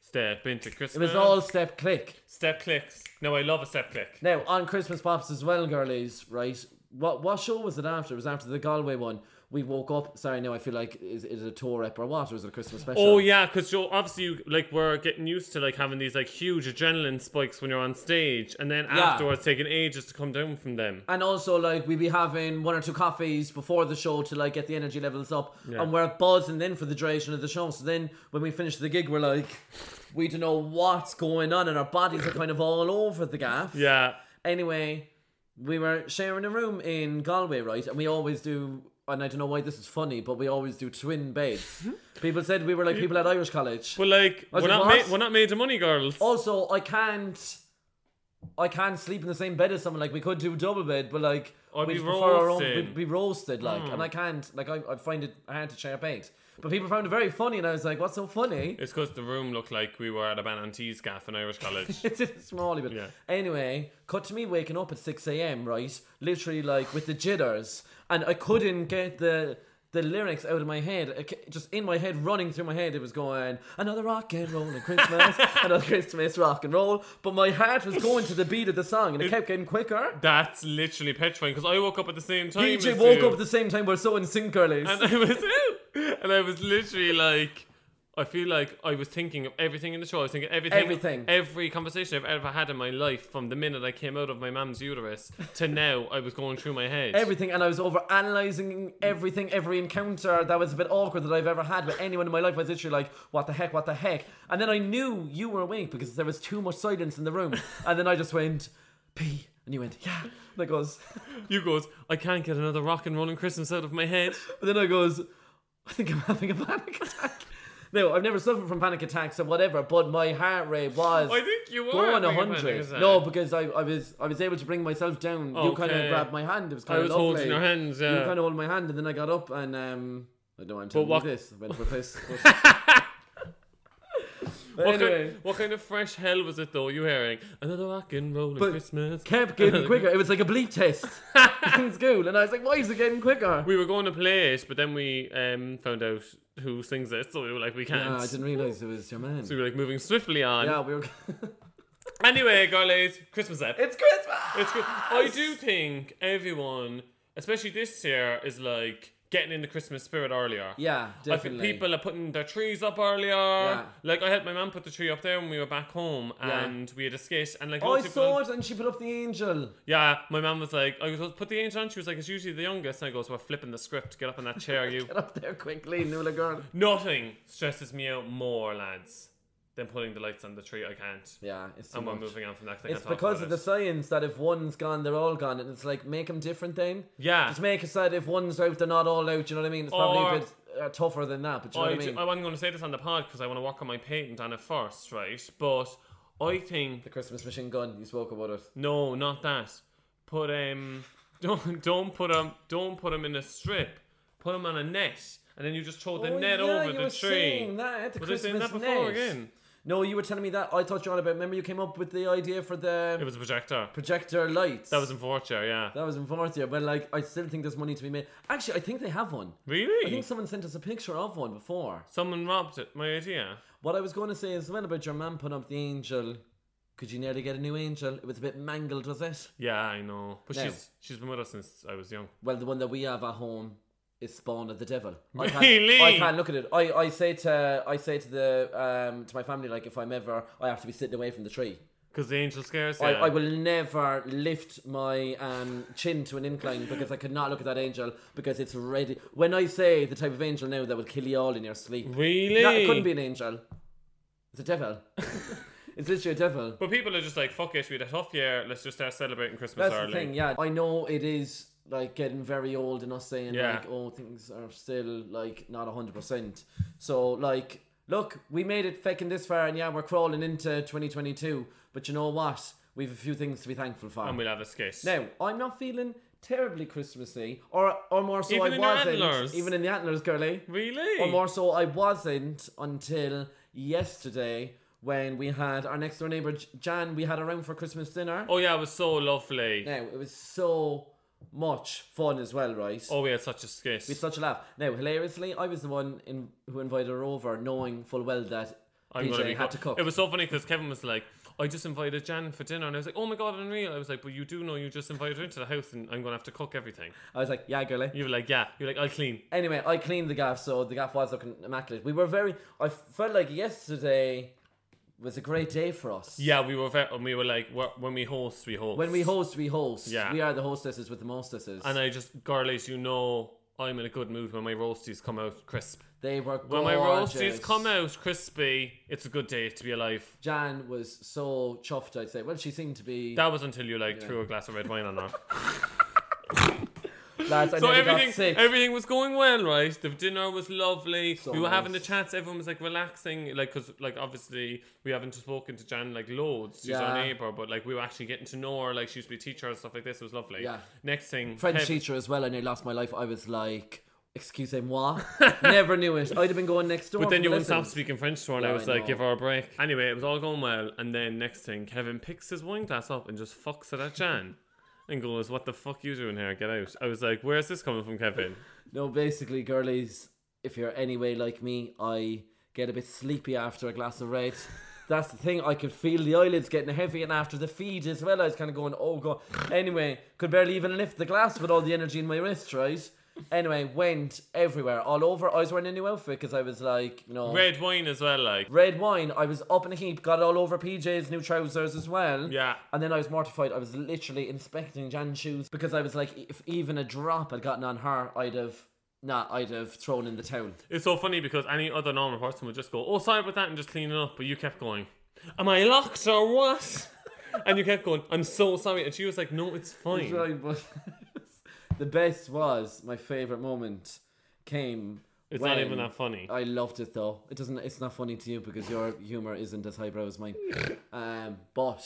Speaker 1: Step into Christmas.
Speaker 2: it was all step click.
Speaker 1: step clicks. No, I love a step click.
Speaker 2: Now on Christmas pops as well, girlies, right? What what show was it after? It was after the Galway one. We woke up. Sorry, now I feel like is, is it a tour rep or what? Or is it a Christmas special?
Speaker 1: Oh yeah, because Joe, obviously, you, like we're getting used to like having these like huge adrenaline spikes when you're on stage, and then
Speaker 2: Yeah.
Speaker 1: afterwards taking ages to come down from them.
Speaker 2: And also, like, we'd be having one or two coffees before the show to, like, get the energy levels up. And we're buzzing then for the duration of the show. So then when we finish the gig, we're like, we don't know what's going on. And our bodies are kind of all over the gaff.
Speaker 1: Yeah,
Speaker 2: Anyway, we were sharing a room in Galway, right? And we always do, and I don't know why this is funny, but we always do twin beds. people said we were like people at Irish College.
Speaker 1: but like
Speaker 2: Was
Speaker 1: we're
Speaker 2: it
Speaker 1: not
Speaker 2: what?
Speaker 1: ma- we're not made of money, girls.
Speaker 2: Also, I can't. I can't sleep in the same bed as someone. Like we could do a double bed, but like
Speaker 1: I'd
Speaker 2: we
Speaker 1: be
Speaker 2: prefer our own.
Speaker 1: roasting.
Speaker 2: We'd be roasted, like, and I can't. Like I, I find it hard to share a bed. But people found it very funny, and I was like, "What's so funny?"
Speaker 1: It's because the room looked like we were at a ban on teas gaff in Irish College.
Speaker 2: It's in small, but
Speaker 1: Yeah.
Speaker 2: anyway, cut to me waking up at six a.m. Right, literally like with the jitters, and I couldn't get the. The lyrics out of my head, I ca- just in my head, running through my head, it was going another rock and roll and Christmas, another Christmas rock and roll. But my heart was going to the beat of the song, and it kept getting quicker.
Speaker 1: That's literally petrifying because I woke up at the same time.
Speaker 2: DJ
Speaker 1: as
Speaker 2: woke
Speaker 1: you,
Speaker 2: up at the same time. We're so in sync, girlies.
Speaker 1: and I was out, and I was literally like. I feel like I was thinking of everything in the show. I was thinking everything,
Speaker 2: Everything.
Speaker 1: every conversation I've ever had in my life, from the minute I came out of my mum's uterus to now. I was going through my head.
Speaker 2: everything, and I was over analyzing everything, every encounter that was a bit awkward that I've ever had with anyone in my life. I was literally like, "What the heck? What the heck?" And then I knew you were awake because there was too much silence in the room, and then I just went pee, and you went yeah. And I goes,
Speaker 1: you goes, I can't get another rock and rolling Christmas out of my head.
Speaker 2: but then I goes, I think I'm having a panic attack. No, I've never suffered from panic attacks or whatever, but my heart rate was.
Speaker 1: I think you were
Speaker 2: Go on a
Speaker 1: having a panic
Speaker 2: hundred.
Speaker 1: attack.
Speaker 2: No, because I, I was I was able to bring myself down. You kind
Speaker 1: Okay.
Speaker 2: of grabbed my hand. It was kind of
Speaker 1: I was
Speaker 2: lovely.
Speaker 1: holding your hands.
Speaker 2: You
Speaker 1: Yeah.
Speaker 2: kind of hold my hand, and then I got up and um, I don't know. I'm telling
Speaker 1: what-
Speaker 2: you this. I went for a piss. But, But
Speaker 1: what,
Speaker 2: anyway,
Speaker 1: kind, what kind of fresh hell was it though? You hearing another rock and rolling
Speaker 2: But
Speaker 1: Christmas?
Speaker 2: kept getting quicker. It was like a bleep test in school, and I was like, "Why is it getting quicker?"
Speaker 1: We were going to play it, but then we um, found out who sings it, so we were like, we can't.
Speaker 2: Ah, I didn't realize it was your man.
Speaker 1: So we were like moving swiftly on.
Speaker 2: Yeah, we were.
Speaker 1: Anyway, girlies, Christmas up.
Speaker 2: it's Christmas.
Speaker 1: It's good. I do think everyone, especially this year, is like getting in the Christmas spirit earlier.
Speaker 2: Yeah,
Speaker 1: I think
Speaker 2: definitely.
Speaker 1: people are putting their trees up earlier. Like I helped my mum put the tree up there when we were back home,
Speaker 2: Yeah.
Speaker 1: and we had a skate. And like,
Speaker 2: Oh, I
Speaker 1: loads of people
Speaker 2: saw
Speaker 1: on-
Speaker 2: it, and she put up the angel.
Speaker 1: Yeah, my mum was like, I was put the angel on. She was like, it's usually the youngest. And I goes, we're flipping the script. Get up in that chair, you.
Speaker 2: Get up there quickly, Nula girl.
Speaker 1: Nothing stresses me out more, lads, than putting the lights on the tree. I can't.
Speaker 2: Yeah, it's too
Speaker 1: And we're
Speaker 2: much.
Speaker 1: moving on from that. 'cause I
Speaker 2: It's
Speaker 1: can't talk
Speaker 2: because
Speaker 1: about
Speaker 2: of the
Speaker 1: it.
Speaker 2: science that if one's gone, they're all gone, and it's like make them different then.
Speaker 1: Yeah.
Speaker 2: Just make it so that if one's out, they're not all out. You know what I mean? It's probably
Speaker 1: Or-
Speaker 2: a bit uh, tougher than that, but you know
Speaker 1: I,
Speaker 2: what I mean.
Speaker 1: ju- oh. I wasn't going to say this on the pod because I want to work on my patent on it first, right? But I think
Speaker 2: the Christmas machine gun. You spoke about it.
Speaker 1: no, not that. Put um, don't don't put them don't put them in a strip. Put them on a net, and then you just throw the
Speaker 2: Oh,
Speaker 1: net
Speaker 2: yeah,
Speaker 1: over
Speaker 2: you
Speaker 1: the
Speaker 2: were
Speaker 1: tree.
Speaker 2: saying that, the
Speaker 1: Was I saying that
Speaker 2: Christmas
Speaker 1: before
Speaker 2: net.
Speaker 1: again?
Speaker 2: No, you were telling me that. I thought you were on about. Remember, you came up with the idea for the
Speaker 1: It was a projector.
Speaker 2: projector lights.
Speaker 1: That was in fourth year, yeah.
Speaker 2: that was in fourth year, but like I still think there's money to be made. Actually, I think they have one. I
Speaker 1: really?
Speaker 2: think someone sent us a picture of one before.
Speaker 1: Someone robbed it. My idea.
Speaker 2: What I was going to say as well about your man putting up the angel. Could you nearly get a new angel? It was a bit mangled, was it?
Speaker 1: Yeah, I know. But
Speaker 2: No.
Speaker 1: she's she's been with us since I was young.
Speaker 2: Well, the one that we have at home is Spawn of the Devil. I
Speaker 1: Really?
Speaker 2: Can't, I can't look at it. I, I say to I say to the um, to my family like if I'm ever I have to be sitting away from the tree.
Speaker 1: Because the angel scares you.
Speaker 2: I, I will never lift my um, chin to an incline because I could not look at that angel because it's ready. When I say the type of angel now that will kill you all in your sleep,
Speaker 1: Really?
Speaker 2: that, it couldn't be an angel. It's a devil. it's literally a devil.
Speaker 1: But people are just like, fuck it, we had a tough year, let's just start celebrating Christmas
Speaker 2: That's the
Speaker 1: early.
Speaker 2: thing, yeah. I know it is like getting very old and us saying
Speaker 1: Yeah.
Speaker 2: like, oh, things are still like not hundred percent. So like, look, we made it fecking this far, and yeah, we're crawling into twenty twenty two. But you know what? We've a few things to be thankful for.
Speaker 1: And we'll have a skit.
Speaker 2: Now, I'm not feeling terribly Christmassy, or or more so
Speaker 1: Even
Speaker 2: I
Speaker 1: in your
Speaker 2: wasn't.
Speaker 1: antlers?
Speaker 2: Even in the antlers, girly.
Speaker 1: Really?
Speaker 2: Or more so I wasn't until yesterday when we had our next door neighbour J- Jan. We had her round for Christmas dinner.
Speaker 1: oh yeah, it was so lovely.
Speaker 2: Now it was so much fun as well, right?
Speaker 1: Oh, we had such a skit.
Speaker 2: It's such a laugh. Now, hilariously, I was the one in, who invited her over, knowing full well that
Speaker 1: I'm gonna be
Speaker 2: PJ had
Speaker 1: co-
Speaker 2: to cook.
Speaker 1: It was so funny because Kevin was like, "I just invited Jan for dinner," and I was like, "Oh my god, unreal!" I was like, "But you do know you just invited her into the house, and I'm gonna have to cook everything."
Speaker 2: I was like, "Yeah, girlie."
Speaker 1: You were like, "Yeah," you're like, "I'll clean."
Speaker 2: Anyway, I cleaned the gaff, so the gaff was looking immaculate. We were very. I felt like yesterday was a great day for us.
Speaker 1: Yeah, we were very, and we were like, "We're- "When we host, we host."
Speaker 2: When we host, we host.
Speaker 1: Yeah.
Speaker 2: We are the hostesses with the mostesses.
Speaker 1: and I just, girlies, you know, I'm in a good mood when my roasties come out crisp.
Speaker 2: they were gorgeous.
Speaker 1: When my roasties come out crispy, it's a good day to be alive.
Speaker 2: Jan was so chuffed, I'd say. Well, she seemed to be.
Speaker 1: That was until you like threw a glass of red wine on her.
Speaker 2: Lads, I
Speaker 1: So
Speaker 2: nearly got
Speaker 1: everything
Speaker 2: sick.
Speaker 1: everything was going well, right? The dinner was lovely.
Speaker 2: So
Speaker 1: we were having the
Speaker 2: nice.
Speaker 1: chats. Everyone was like relaxing, like because like obviously we haven't spoken to Jan like loads. She's our
Speaker 2: Yeah.
Speaker 1: neighbor, but like we were actually getting to know her. Like she used to be a teacher and stuff like this. It was lovely.
Speaker 2: Yeah.
Speaker 1: Next thing,
Speaker 2: French
Speaker 1: Kev-
Speaker 2: teacher as well. I nearly lost my life. I was like, excusez-moi. Never knew it. I'd have been going next door.
Speaker 1: But
Speaker 2: for
Speaker 1: then you wouldn't stop
Speaker 2: lessons.
Speaker 1: speaking French to her, and I
Speaker 2: Yeah,
Speaker 1: was
Speaker 2: I
Speaker 1: like,
Speaker 2: know.
Speaker 1: give her a break. Anyway, it was all going well, and then next thing, Kevin picks his wine glass up and just fucks it at Jan. And goes, what the fuck you doing here? Get out! I was like, where's this coming from, Kevin?
Speaker 2: No, basically, girlies, if you're anyway like me, I get a bit sleepy after a glass of red. That's the thing. I could feel the eyelids getting heavy, and after the feed as well, I was kind of going, "Oh god." Anyway, could barely even lift the glass with all the energy in my wrist, right? Anyway, went everywhere, all over. I was wearing a new outfit because I was like, you know,
Speaker 1: Red wine as well, like.
Speaker 2: red wine. I was up in a heap, got it all over PJ's new trousers as well.
Speaker 1: Yeah.
Speaker 2: And then I was mortified. I was literally inspecting Jan's shoes because I was like, if even a drop had gotten on her, I'd have nah, I'd have thrown in the towel.
Speaker 1: It's so funny because any other normal person would just go, "Oh, sorry about that," and just clean it up. But you kept going, "Am I locked or what?" and you kept going, "I'm so sorry," and she was like, "No, it's fine."
Speaker 2: Right, but the best was my favorite moment came.
Speaker 1: It's
Speaker 2: when
Speaker 1: not even that funny.
Speaker 2: I loved it though. It doesn't. It's not funny to you because your humor isn't as highbrow as mine. Um, but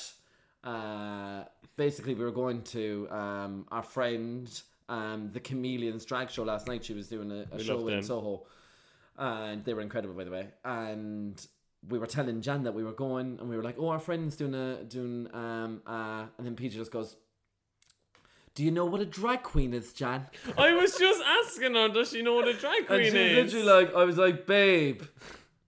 Speaker 2: uh, basically, we were going to um, our friend, um, the Chameleons drag show last night. She was doing a, a show
Speaker 1: love
Speaker 2: in
Speaker 1: them.
Speaker 2: Soho, and they were incredible, by the way. And we were telling Jan that we were going, and we were like, "Oh, our friend's doing a doing." Um, uh, and then Peter just goes. Do you know what a drag queen is, Jan?
Speaker 1: I was just asking her, does she know what a drag
Speaker 2: And she
Speaker 1: queen
Speaker 2: was
Speaker 1: is?
Speaker 2: literally like, I was like, babe.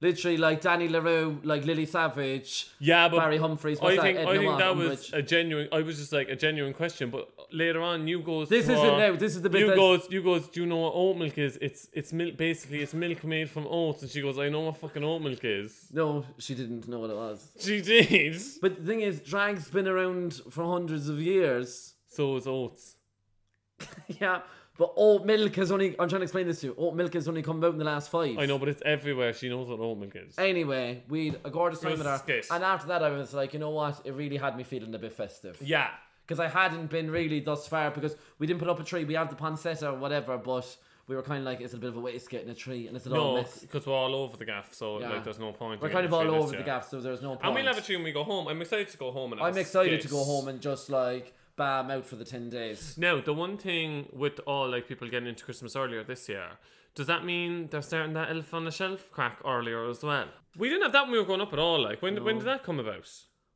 Speaker 2: Literally like Danny LaRue, like Lily Savage,
Speaker 1: yeah, but
Speaker 2: Barry Humphries.
Speaker 1: I
Speaker 2: what's
Speaker 1: think
Speaker 2: that?
Speaker 1: I
Speaker 2: Edna
Speaker 1: think
Speaker 2: Watt,
Speaker 1: that
Speaker 2: and
Speaker 1: was
Speaker 2: Rich-
Speaker 1: a genuine. I was just like a genuine question, but later on, you goes.
Speaker 2: This
Speaker 1: to
Speaker 2: is
Speaker 1: her-
Speaker 2: it now. This is the bit.
Speaker 1: You
Speaker 2: that-
Speaker 1: goes, you goes. Do you know what oat milk is? It's it's milk. Basically, it's milk made from oats. And she goes, I know what fucking oat milk is.
Speaker 2: No, she didn't know what it was.
Speaker 1: She did.
Speaker 2: But the thing is, drag's been around for hundreds of years.
Speaker 1: So is oats.
Speaker 2: yeah, but oat milk has only. I'm trying to explain this to you. Oat milk has only come about in the last five.
Speaker 1: I know, but it's everywhere. She knows what oat milk is.
Speaker 2: Anyway, we'd a gorgeous time with her,
Speaker 1: Biscuit.
Speaker 2: and after that, I was like, you know what? It really had me feeling a bit festive.
Speaker 1: Yeah.
Speaker 2: because I hadn't been really thus far because we didn't put up a tree. We had the pancetta or whatever, but we were kind of like it's a bit of a waste getting a tree, and it's an all
Speaker 1: No,
Speaker 2: mess.
Speaker 1: because we're all over the gaff, so
Speaker 2: Yeah.
Speaker 1: like, there's no point.
Speaker 2: We're
Speaker 1: in
Speaker 2: kind
Speaker 1: getting
Speaker 2: of all
Speaker 1: through this
Speaker 2: over the
Speaker 1: yet.
Speaker 2: gaff, so there's no point.
Speaker 1: And we'll have a tune when we go home. I'm excited to go home. And have
Speaker 2: I'm
Speaker 1: a
Speaker 2: excited to
Speaker 1: skit.
Speaker 2: go home and just like bam out for the ten days.
Speaker 1: Now, the one thing with all like people getting into Christmas earlier this year, does that mean they're starting that elf on the shelf crack earlier as well? We didn't have that when we were growing up at all. Like, when when did that come about?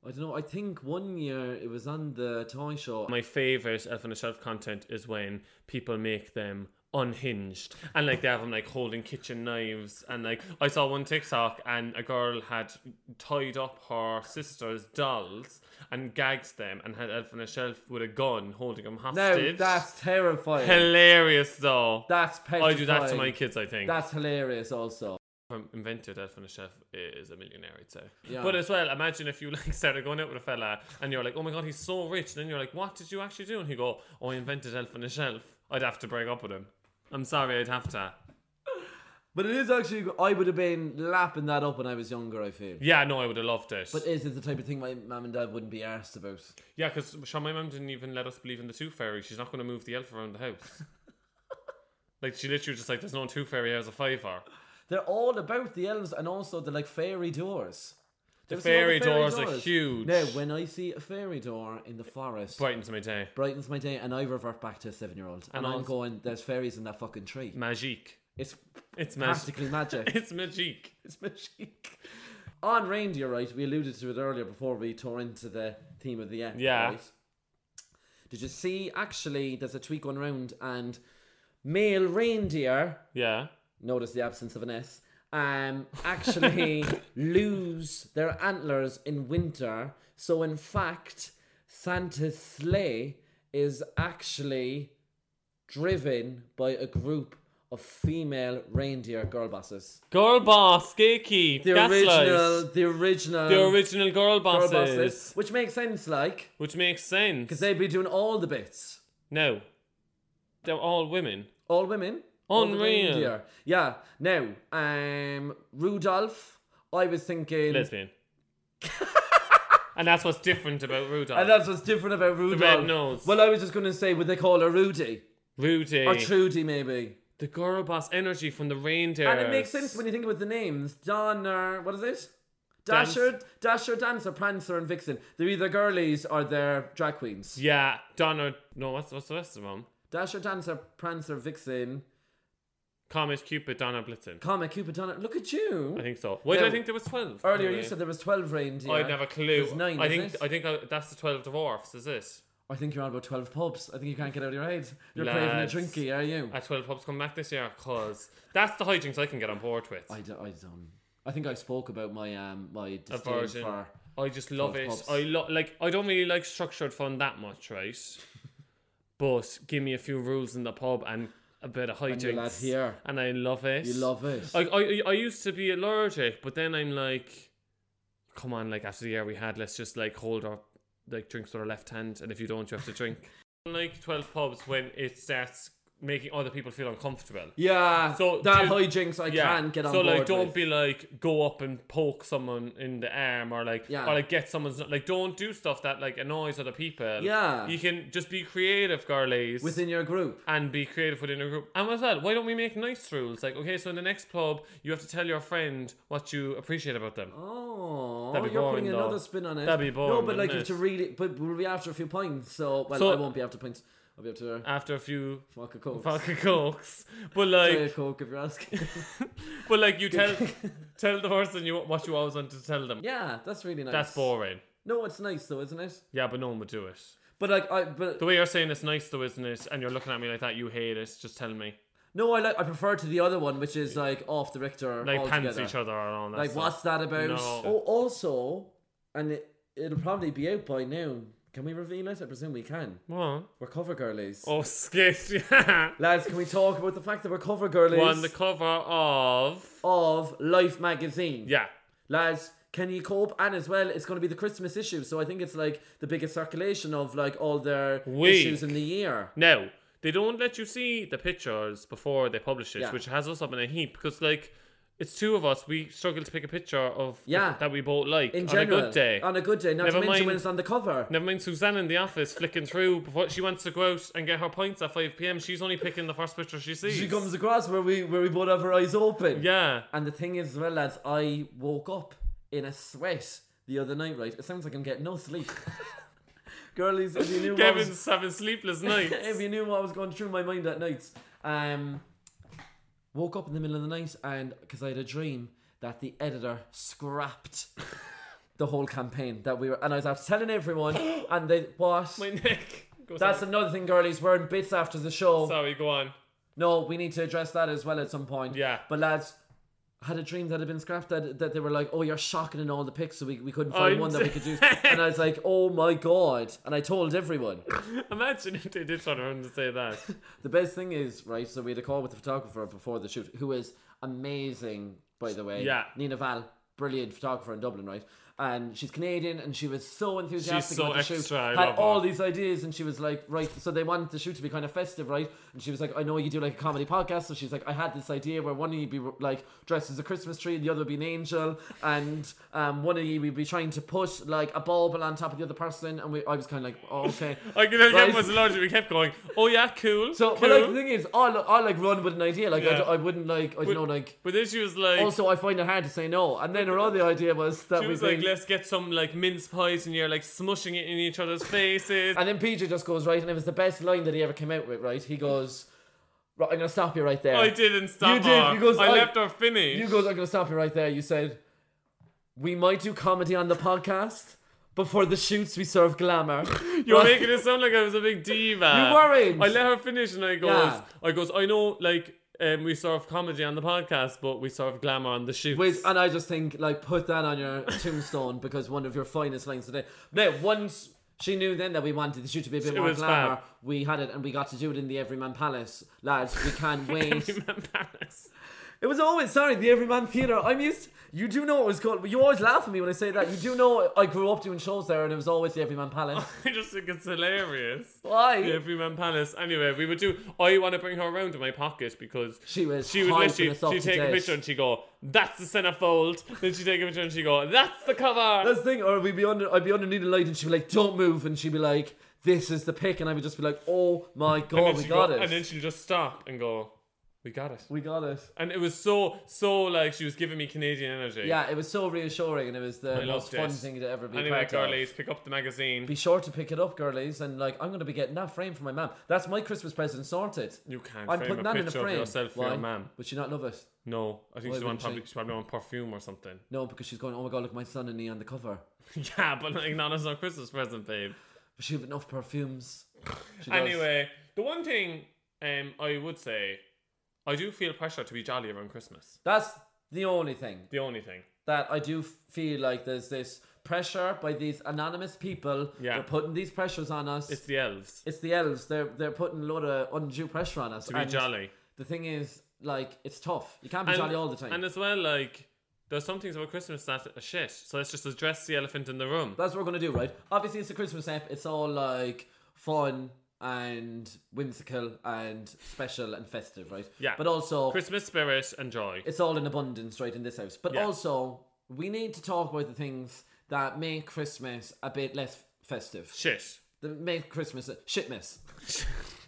Speaker 2: I don't know. I think one year it was on the toy show.
Speaker 1: My favorite elf on the shelf content is when people make them unhinged and like they have them like holding kitchen knives and like I saw one TikTok and a girl had tied up her sister's dolls and gagged them and had elf on a shelf with a gun holding them
Speaker 2: now
Speaker 1: hostage.
Speaker 2: that's terrifying.
Speaker 1: hilarious though.
Speaker 2: that's petrifying.
Speaker 1: I do that to my kids, I think.
Speaker 2: That's hilarious. Also,
Speaker 1: Whoever invented Elf and a Chef is a millionaire, I'd say.
Speaker 2: Yeah.
Speaker 1: But as well, imagine if you like started going out with a fella and you're like, oh my god, he's so rich. And then you're like, what did you actually do? And he go, oh, I invented Elf and a Shelf. I'd have to break up with him. I'm sorry, I'd have to.
Speaker 2: but it is actually. I would have been lapping that up when I was younger. I feel.
Speaker 1: Yeah, no, I would have loved it.
Speaker 2: But is it the type of thing my mum and dad wouldn't be asked about?
Speaker 1: yeah, because Sean, my mum didn't even let us believe in the Tooth Fairy. She's not going to move the elf around the house. like, she literally just like, there's no Tooth Fairy, here's a fiver.
Speaker 2: They're all about the elves and also the like fairy doors.
Speaker 1: The
Speaker 2: was a lot of
Speaker 1: fairy, doors, are huge.
Speaker 2: Now, when I see a fairy door in the forest,
Speaker 1: brightens my day.
Speaker 2: brightens my day, and I revert back to a seven-year-old, and,
Speaker 1: And
Speaker 2: I'm
Speaker 1: also-
Speaker 2: going, "There's fairies in that fucking tree.
Speaker 1: Magique.
Speaker 2: It's
Speaker 1: It's magic.
Speaker 2: practically magic.
Speaker 1: It's magique.
Speaker 2: it's magic." On reindeer, right? We alluded to it earlier before we tore into the theme of the app.
Speaker 1: Yeah.
Speaker 2: Right? Did you see? Actually, there's a tweet going around, and male reindeer
Speaker 1: Yeah.
Speaker 2: notice the absence of an S, um, actually lose their antlers in winter. So, in fact, Santa's sleigh is actually driven by a group of female reindeer girl bosses.
Speaker 1: Girl boss, Geeky,
Speaker 2: The original,
Speaker 1: Gaslight.
Speaker 2: the original,
Speaker 1: The original girl
Speaker 2: girl
Speaker 1: bosses.
Speaker 2: bosses, which makes sense, like
Speaker 1: Which makes sense.
Speaker 2: because they'd be doing all the bits,
Speaker 1: No. They're all women.
Speaker 2: all women, all the
Speaker 1: Unreal.
Speaker 2: reindeer. Yeah. Now, um, Rudolph. I was thinking
Speaker 1: Lesbian. and that's what's different about Rudolph.
Speaker 2: And that's what's different about Rudolph.
Speaker 1: red nose. Eh.
Speaker 2: Well, I was just going to say, would they call her Rudy?
Speaker 1: Rudy.
Speaker 2: Or Trudy, maybe.
Speaker 1: the girl boss energy from the reindeer.
Speaker 2: And it makes sense when you think about the names. Donner, what is it?
Speaker 1: Dance.
Speaker 2: Dasher, Dasher, Dancer, Prancer, and Vixen. They're either girlies or they're drag queens.
Speaker 1: Yeah, Donna. No, what's what's the rest of them?
Speaker 2: Dasher, Dancer, Prancer, Vixen,
Speaker 1: Comet, Cupid, Donna, Blitzen.
Speaker 2: Comet, Cupid, Donner. Look at
Speaker 1: I
Speaker 2: you.
Speaker 1: think so. Why do
Speaker 2: No.
Speaker 1: I think there was twelve? by
Speaker 2: Earlier
Speaker 1: the
Speaker 2: you
Speaker 1: way?
Speaker 2: said there was 12 reindeer.
Speaker 1: I'd have a clue.
Speaker 2: There's nine,
Speaker 1: I
Speaker 2: is
Speaker 1: think
Speaker 2: it?
Speaker 1: I think uh, that's the twelve dwarfs. Is it?
Speaker 2: I think you're on about 12 pubs. I think you can't get out of your head. You're craving a
Speaker 1: Lads.
Speaker 2: drinky, are you?
Speaker 1: Are twelve pubs coming back this year? Cause that's the hijinks I can get on board with.
Speaker 2: I, don't, I don't. I think I spoke about my um my disdain
Speaker 1: Aversion.
Speaker 2: for
Speaker 1: I just love
Speaker 2: 12
Speaker 1: it.
Speaker 2: pubs.
Speaker 1: I lo- like. I don't really like structured fun that much, right? but give me a few rules in the pub and a bit of
Speaker 2: your lad
Speaker 1: hijinks,
Speaker 2: here.
Speaker 1: and I love it.
Speaker 2: You love it.
Speaker 1: I, I I used to be allergic, but then I'm like, come on, like after the year we had, let's just like hold our like drinks with our left hand, and if you don't, you have to drink. Unlike twelve pubs, when it starts making other people feel uncomfortable.
Speaker 2: Yeah.
Speaker 1: So,
Speaker 2: that
Speaker 1: dude-
Speaker 2: hijinks I can get on
Speaker 1: so
Speaker 2: board.
Speaker 1: like, don't
Speaker 2: with.
Speaker 1: be like go up and poke someone in the arm, or like,
Speaker 2: Yeah.
Speaker 1: or like get someone's like, don't do stuff that like annoys other people.
Speaker 2: Yeah.
Speaker 1: you can just be creative, girlies
Speaker 2: within your group.
Speaker 1: and be creative within a group. And with that, why don't we make nice rules? Like, okay, so in the next club, you have to tell your friend what you appreciate about them.
Speaker 2: Oh,
Speaker 1: That'd be
Speaker 2: you're
Speaker 1: boring,
Speaker 2: putting
Speaker 1: though.
Speaker 2: another spin on it.
Speaker 1: That'd be
Speaker 2: No,
Speaker 1: boring,
Speaker 2: but like
Speaker 1: wouldn't
Speaker 2: if to
Speaker 1: it?
Speaker 2: really, but we'll be after a few pints. So well,
Speaker 1: So-
Speaker 2: I won't be after pints. I'll be up to
Speaker 1: After a few
Speaker 2: vodka coke.
Speaker 1: vodka cokes, but
Speaker 2: Vodka
Speaker 1: like,
Speaker 2: coke, if you're asking.
Speaker 1: but like you tell tell the person you what you always want to tell them.
Speaker 2: yeah, that's really nice.
Speaker 1: That's boring.
Speaker 2: No, it's nice though, isn't it?
Speaker 1: Yeah, but no one would do it.
Speaker 2: But like, I but
Speaker 1: The way you're saying it's nice though, isn't it? And you're looking at me like that, you hate it. Just tell me.
Speaker 2: no, I like I prefer to the other one, which is like off the Richter.
Speaker 1: Like
Speaker 2: altogether.
Speaker 1: pants each other and all that.
Speaker 2: Like,
Speaker 1: stuff.
Speaker 2: what's that about?
Speaker 1: No.
Speaker 2: Oh, also, and it, it'll probably be out by now. Can we reveal it? I presume we can.
Speaker 1: What?
Speaker 2: We're cover girlies.
Speaker 1: Oh, skit. Yeah.
Speaker 2: Lads, can we talk about the fact that we're cover girlies
Speaker 1: On the cover of
Speaker 2: of Life magazine?
Speaker 1: yeah.
Speaker 2: Lads, can you cope? And as well, it's going to be the Christmas issue, so I think it's like the biggest circulation of like all their
Speaker 1: Weak.
Speaker 2: issues in the year.
Speaker 1: Now, they don't let you see the pictures before they publish it,
Speaker 2: Yeah.
Speaker 1: which has us up in a heap because, like, it's two of us. We struggle to pick a picture of
Speaker 2: Yeah.
Speaker 1: that we both like
Speaker 2: In
Speaker 1: on
Speaker 2: general, Um,
Speaker 1: a good day.
Speaker 2: On a good day, not
Speaker 1: Never
Speaker 2: to mention
Speaker 1: mind-
Speaker 2: when it's on the cover.
Speaker 1: Never mind Suzanne in the office flicking through before she wants to go out and get her points at 5 pm. She's only picking the first picture she sees.
Speaker 2: She comes across where we where we both have our eyes open.
Speaker 1: Yeah.
Speaker 2: And the thing is, as well, lads, I woke up in a sweat the other night. Right, it sounds like I'm getting no sleep. Girlies, if you knew what was-
Speaker 1: Kevin's having sleepless nights.
Speaker 2: if you knew what was going through my mind at night, um, woke up in the middle of the night and because I had a dream that the editor scrapped the whole campaign that we were, and I was out telling everyone, and they what?
Speaker 1: My neck. Go
Speaker 2: That's
Speaker 1: sorry.
Speaker 2: another thing, girlies. We're in bits after the show.
Speaker 1: sorry, go on.
Speaker 2: No, we need to address that as well at some point.
Speaker 1: Yeah.
Speaker 2: But lads, had a dream that had been scrapped that, that they were like, oh, you're shocking in all the pics, so we, we couldn't find
Speaker 1: I'm
Speaker 2: one that we could use. And I was like, oh my god. And I told everyone.
Speaker 1: Imagine if they did turn around and say that.
Speaker 2: The best thing is, right, so we had a call with the photographer before the shoot, who is amazing, by the way.
Speaker 1: Yeah.
Speaker 2: Nina Val, brilliant photographer in Dublin, right? And she's Canadian and she was so enthusiastic
Speaker 1: so
Speaker 2: about the shoot.
Speaker 1: extra, I
Speaker 2: had
Speaker 1: love her.
Speaker 2: all these ideas and she was like, right, so they wanted the shoot to be kind of festive, right? And she was like, I know you do like a comedy podcast, so she's like, I had this idea where one of you be like dressed as a Christmas tree and the other would be an angel, and um, one of you would be trying to put like a bauble on top of the other person, and we, I was kind of like, oh, okay.
Speaker 1: I could have
Speaker 2: Right.
Speaker 1: was larger. We kept going, oh yeah, cool.
Speaker 2: So,
Speaker 1: cool.
Speaker 2: but like the thing is, I I like run with an idea. Like I,
Speaker 1: Yeah.
Speaker 2: d- I wouldn't like I don't know like.
Speaker 1: But then she was like,
Speaker 2: Also, I find it hard to say no. And then her other idea was that
Speaker 1: She
Speaker 2: we
Speaker 1: was like,
Speaker 2: bring-
Speaker 1: let's get some like mince pies, and you're like smushing it in each other's faces.
Speaker 2: And then PJ just goes right, and it was the best line that he ever came out with. Right, he goes, "Right, I'm gonna stop you right there."
Speaker 1: I didn't stop
Speaker 2: You did,
Speaker 1: her.
Speaker 2: you goes,
Speaker 1: I
Speaker 2: I-
Speaker 1: left her finished.
Speaker 2: You goes, "I'm gonna stop you right there." You said, "We might do comedy on the podcast, but for the shoots we serve glamour."
Speaker 1: You're making it sound like I was a big diva.
Speaker 2: You weren't.
Speaker 1: I let her finish, and I goes,
Speaker 2: Yeah.
Speaker 1: I goes, I know, like. Um, we serve comedy on the podcast, but we serve glamour on the shoots.
Speaker 2: Wait, and I just think like put that on your tombstone because one of your finest lines today. Now, once she knew then that we wanted the shoot to be a bit
Speaker 1: It
Speaker 2: more
Speaker 1: was
Speaker 2: glamour,
Speaker 1: fab.
Speaker 2: we had it and we got to do it in the Everyman Palace, lads. We can't wait.
Speaker 1: Paris.
Speaker 2: it was always sorry, the Everyman Theatre. I'm used. You do know it was called. You always laugh at me when I say that. You do know I grew up doing shows there, and it was always the Everyman Palace.
Speaker 1: I just think it's hilarious.
Speaker 2: Why?
Speaker 1: The Everyman Palace. Anyway, we would do. I want to bring her around in my pocket because
Speaker 2: She was
Speaker 1: she would
Speaker 2: hyping
Speaker 1: literally
Speaker 2: us up
Speaker 1: she'd
Speaker 2: to
Speaker 1: take a
Speaker 2: death.
Speaker 1: picture and she go, "That's the centerfold." then she would take a picture and she go, "That's the cover."
Speaker 2: That's the thing, or we'd be under, I'd be underneath a light, and she'd be like, "Don't move," and she'd be like, "This is the pick," and I would just be like, "Oh my
Speaker 1: and
Speaker 2: god,
Speaker 1: then
Speaker 2: we
Speaker 1: she'd
Speaker 2: got
Speaker 1: go-
Speaker 2: it."
Speaker 1: And then she'd just stop and go, "We got it."
Speaker 2: we got it.
Speaker 1: And it was so so like she was giving me Canadian energy.
Speaker 2: Yeah, it was so reassuring, and it was the
Speaker 1: I
Speaker 2: most
Speaker 1: loved
Speaker 2: fun
Speaker 1: it.
Speaker 2: thing to ever be
Speaker 1: Anyway,
Speaker 2: part
Speaker 1: girlies,
Speaker 2: of.
Speaker 1: pick up the magazine.
Speaker 2: Be sure to pick it up, girlies, and like I'm gonna be getting that frame for my mum. That's my Christmas present sorted.
Speaker 1: you can't
Speaker 2: I'm
Speaker 1: frame
Speaker 2: putting
Speaker 1: a
Speaker 2: that
Speaker 1: picture
Speaker 2: in a frame.
Speaker 1: of yourself for
Speaker 2: Why?
Speaker 1: your mum.
Speaker 2: Would she not love it?
Speaker 1: No, I think
Speaker 2: Why
Speaker 1: she's on
Speaker 2: wouldn't
Speaker 1: probably
Speaker 2: she?
Speaker 1: she's probably on perfume or something.
Speaker 2: No, because she's going. Oh my god, look my son and me on the cover.
Speaker 1: yeah, but like not as a Christmas present, babe.
Speaker 2: But she have enough perfumes. She does.
Speaker 1: Anyway, the one thing um, I would say, I do feel pressure to be jolly around Christmas.
Speaker 2: that's the only thing
Speaker 1: The only thing.
Speaker 2: that I do f- feel like there's this pressure by these anonymous people.
Speaker 1: Yeah.
Speaker 2: they're putting these pressures on us.
Speaker 1: It's the elves.
Speaker 2: It's the elves. They're they're putting a lot of undue pressure on us.
Speaker 1: to be
Speaker 2: and
Speaker 1: jolly.
Speaker 2: The thing is, like, it's tough. You can't be jolly all the time.
Speaker 1: And as well, like, there's some things about Christmas that are shit. So let's just address the elephant in the room.
Speaker 2: That's what we're gonna do, right? Obviously, it's a Christmas app. It's all like fun and whimsical and special and festive, right?
Speaker 1: Yeah.
Speaker 2: But also,
Speaker 1: Christmas spirit and joy.
Speaker 2: it's all in abundance, right, in this house. But
Speaker 1: Yeah.
Speaker 2: also, we need to talk about the things that make Christmas a bit less festive.
Speaker 1: Shit.
Speaker 2: That make Christmas a shitmas.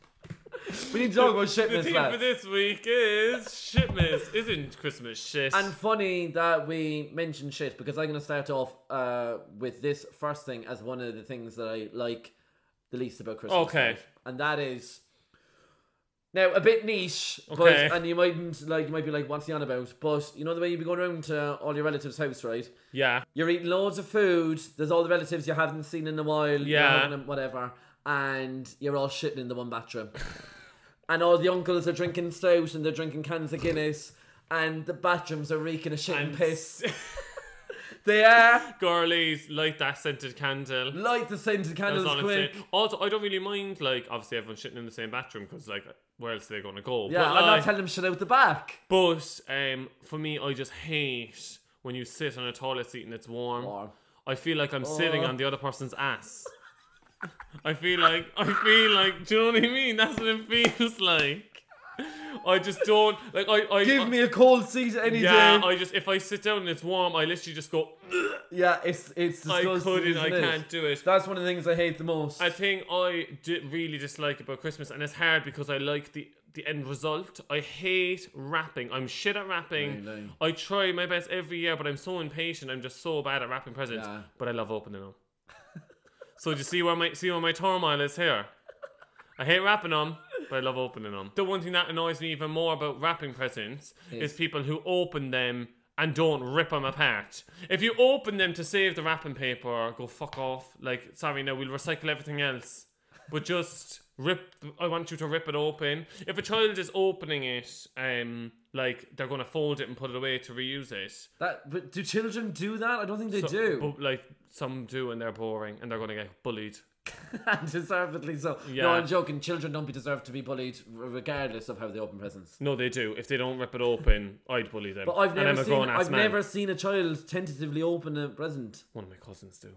Speaker 2: we need to talk about
Speaker 1: The
Speaker 2: shitmas,
Speaker 1: theme for
Speaker 2: lads.
Speaker 1: this week is shitmas. Isn't Christmas shit?
Speaker 2: And funny that we mentioned shit because I'm going to start off uh, with this first thing as one of the things that I like the least about Christmas.
Speaker 1: Okay.
Speaker 2: right? And that is now a bit niche,
Speaker 1: Okay.
Speaker 2: but and you mightn't like you might be like, what's he on about? But you know the way you be going around to all your relatives' house, right?
Speaker 1: yeah.
Speaker 2: You're eating loads of food. There's all the relatives you haven't seen in a while. you're
Speaker 1: Yeah.
Speaker 2: having them- whatever. And you're all shitting in the one bathroom. and all the uncles are drinking stout and they're drinking cans of Guinness. And the bathrooms are reeking of shit and,
Speaker 1: And
Speaker 2: piss. they are.
Speaker 1: Girlies, light that scented candle.
Speaker 2: Light the scented
Speaker 1: That's
Speaker 2: candles
Speaker 1: all I'm saying.
Speaker 2: quick.
Speaker 1: Also, I don't really mind, like, obviously everyone's shitting in the same bathroom because, like, where else are they going to go?
Speaker 2: Yeah,
Speaker 1: But,
Speaker 2: I'm
Speaker 1: like-
Speaker 2: not telling them shit out the back.
Speaker 1: But um, for me, I just hate when you sit on a toilet seat and it's warm.
Speaker 2: Warm. Oh.
Speaker 1: I feel like I'm sitting on the other person's ass. I feel like I feel like. Do you know what I mean? That's what it feels like. I just don't like. I, I
Speaker 2: Give me a cold seat any
Speaker 1: Yeah,
Speaker 2: day.
Speaker 1: I just if I sit down and it's warm, I literally just go.
Speaker 2: yeah, it's it's
Speaker 1: I
Speaker 2: disgusting.
Speaker 1: couldn't. I
Speaker 2: isn't it?
Speaker 1: can't do it.
Speaker 2: That's one of the things I hate the most.
Speaker 1: I think I di- really dislike about Christmas, and it's hard because I like the the end result. I hate rapping. I'm shit at rapping.
Speaker 2: Really?
Speaker 1: I try my best every year, but I'm so impatient. I'm just so bad at wrapping presents.
Speaker 2: Yeah.
Speaker 1: But I love opening them. so do you see where my see where my turmoil is here? I hate wrapping them, but I love opening them. The one thing that annoys me even more about wrapping presents is people who open them and don't rip them apart. If you open them to save the wrapping paper, go fuck off. Like, sorry, no, we'll recycle everything else. But just rip. I want you to rip it open. If a child is opening it, um, like they're gonna fold it and put it away to reuse it.
Speaker 2: that, but do children do that? I don't think they
Speaker 1: So-
Speaker 2: do.
Speaker 1: But like some do, and they're boring, and they're gonna get bullied.
Speaker 2: and deservedly so.
Speaker 1: Yeah.
Speaker 2: No, I'm joking. Children don't be deserved to be bullied, r- regardless of how they open presents.
Speaker 1: No, they do. If they don't rip it open, I'd bully them.
Speaker 2: But I've
Speaker 1: and I'm
Speaker 2: never
Speaker 1: a
Speaker 2: seen.
Speaker 1: grown-ass
Speaker 2: I've
Speaker 1: man.
Speaker 2: never seen a child tentatively open a present.
Speaker 1: One of my cousins do.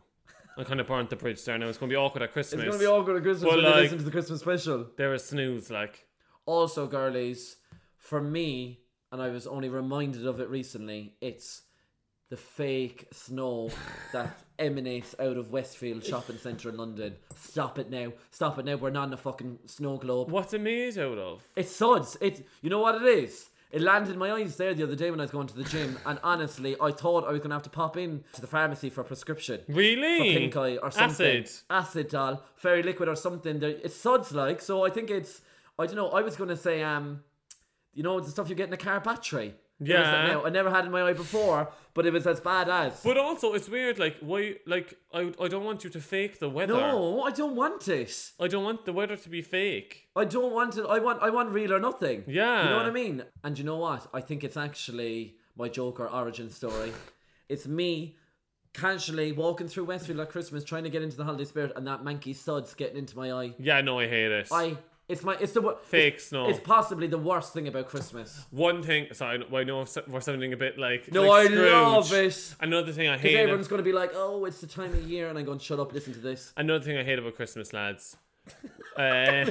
Speaker 1: I kind of burnt the bridge there now. It's going to be awkward at Christmas.
Speaker 2: It's gonna be awkward at Christmas
Speaker 1: Well,
Speaker 2: when
Speaker 1: like-
Speaker 2: they listen to the Christmas special.
Speaker 1: They're a snooze, like.
Speaker 2: Also, girlies, for me, and I was only reminded of it recently. It's the fake snow that emanates out of Westfield Shopping Centre in London. Stop it now! Stop it now! We're not in a fucking snow globe.
Speaker 1: What's it made out of?
Speaker 2: It's suds. It's you know what it is. It landed in my eyes there the other day when I was going to the gym, and honestly, I thought I was going to have to pop in to the pharmacy for a prescription. For
Speaker 1: Really?
Speaker 2: pink eye or something.
Speaker 1: Acid.
Speaker 2: Acid, doll. Fairy liquid or something. There- It's suds like, so I think it's. I don't know. I was going to say, um, you know, the stuff you get in a car battery. There is that
Speaker 1: Yeah.
Speaker 2: now. I never had it in my eye before, but it was as bad as.
Speaker 1: But also, it's weird. Like, why? Like, I, I don't want you to fake the weather.
Speaker 2: no, I don't want it.
Speaker 1: I don't want the weather to be fake.
Speaker 2: I don't want it. I want I want real or nothing.
Speaker 1: Yeah.
Speaker 2: You know what I mean? And you know what? I think it's actually my Joker origin story. it's me casually walking through Westfield at Christmas trying to get into the holiday spirit and that manky suds getting into my eye.
Speaker 1: Yeah, no, I hate it.
Speaker 2: I it's my it's the wor-
Speaker 1: Fake
Speaker 2: it's-
Speaker 1: snow.
Speaker 2: It's possibly the worst thing about Christmas.
Speaker 1: One thing, sorry, I know we're sounding a bit like.
Speaker 2: No,
Speaker 1: like
Speaker 2: I love
Speaker 1: Scrooge.
Speaker 2: it.
Speaker 1: Another thing I
Speaker 2: Because
Speaker 1: hate.
Speaker 2: everyone's going to be like, "Oh, it's the time of year," and I'm going, "Shut up, listen to this."
Speaker 1: Another thing I hate about Christmas, lads. Uh,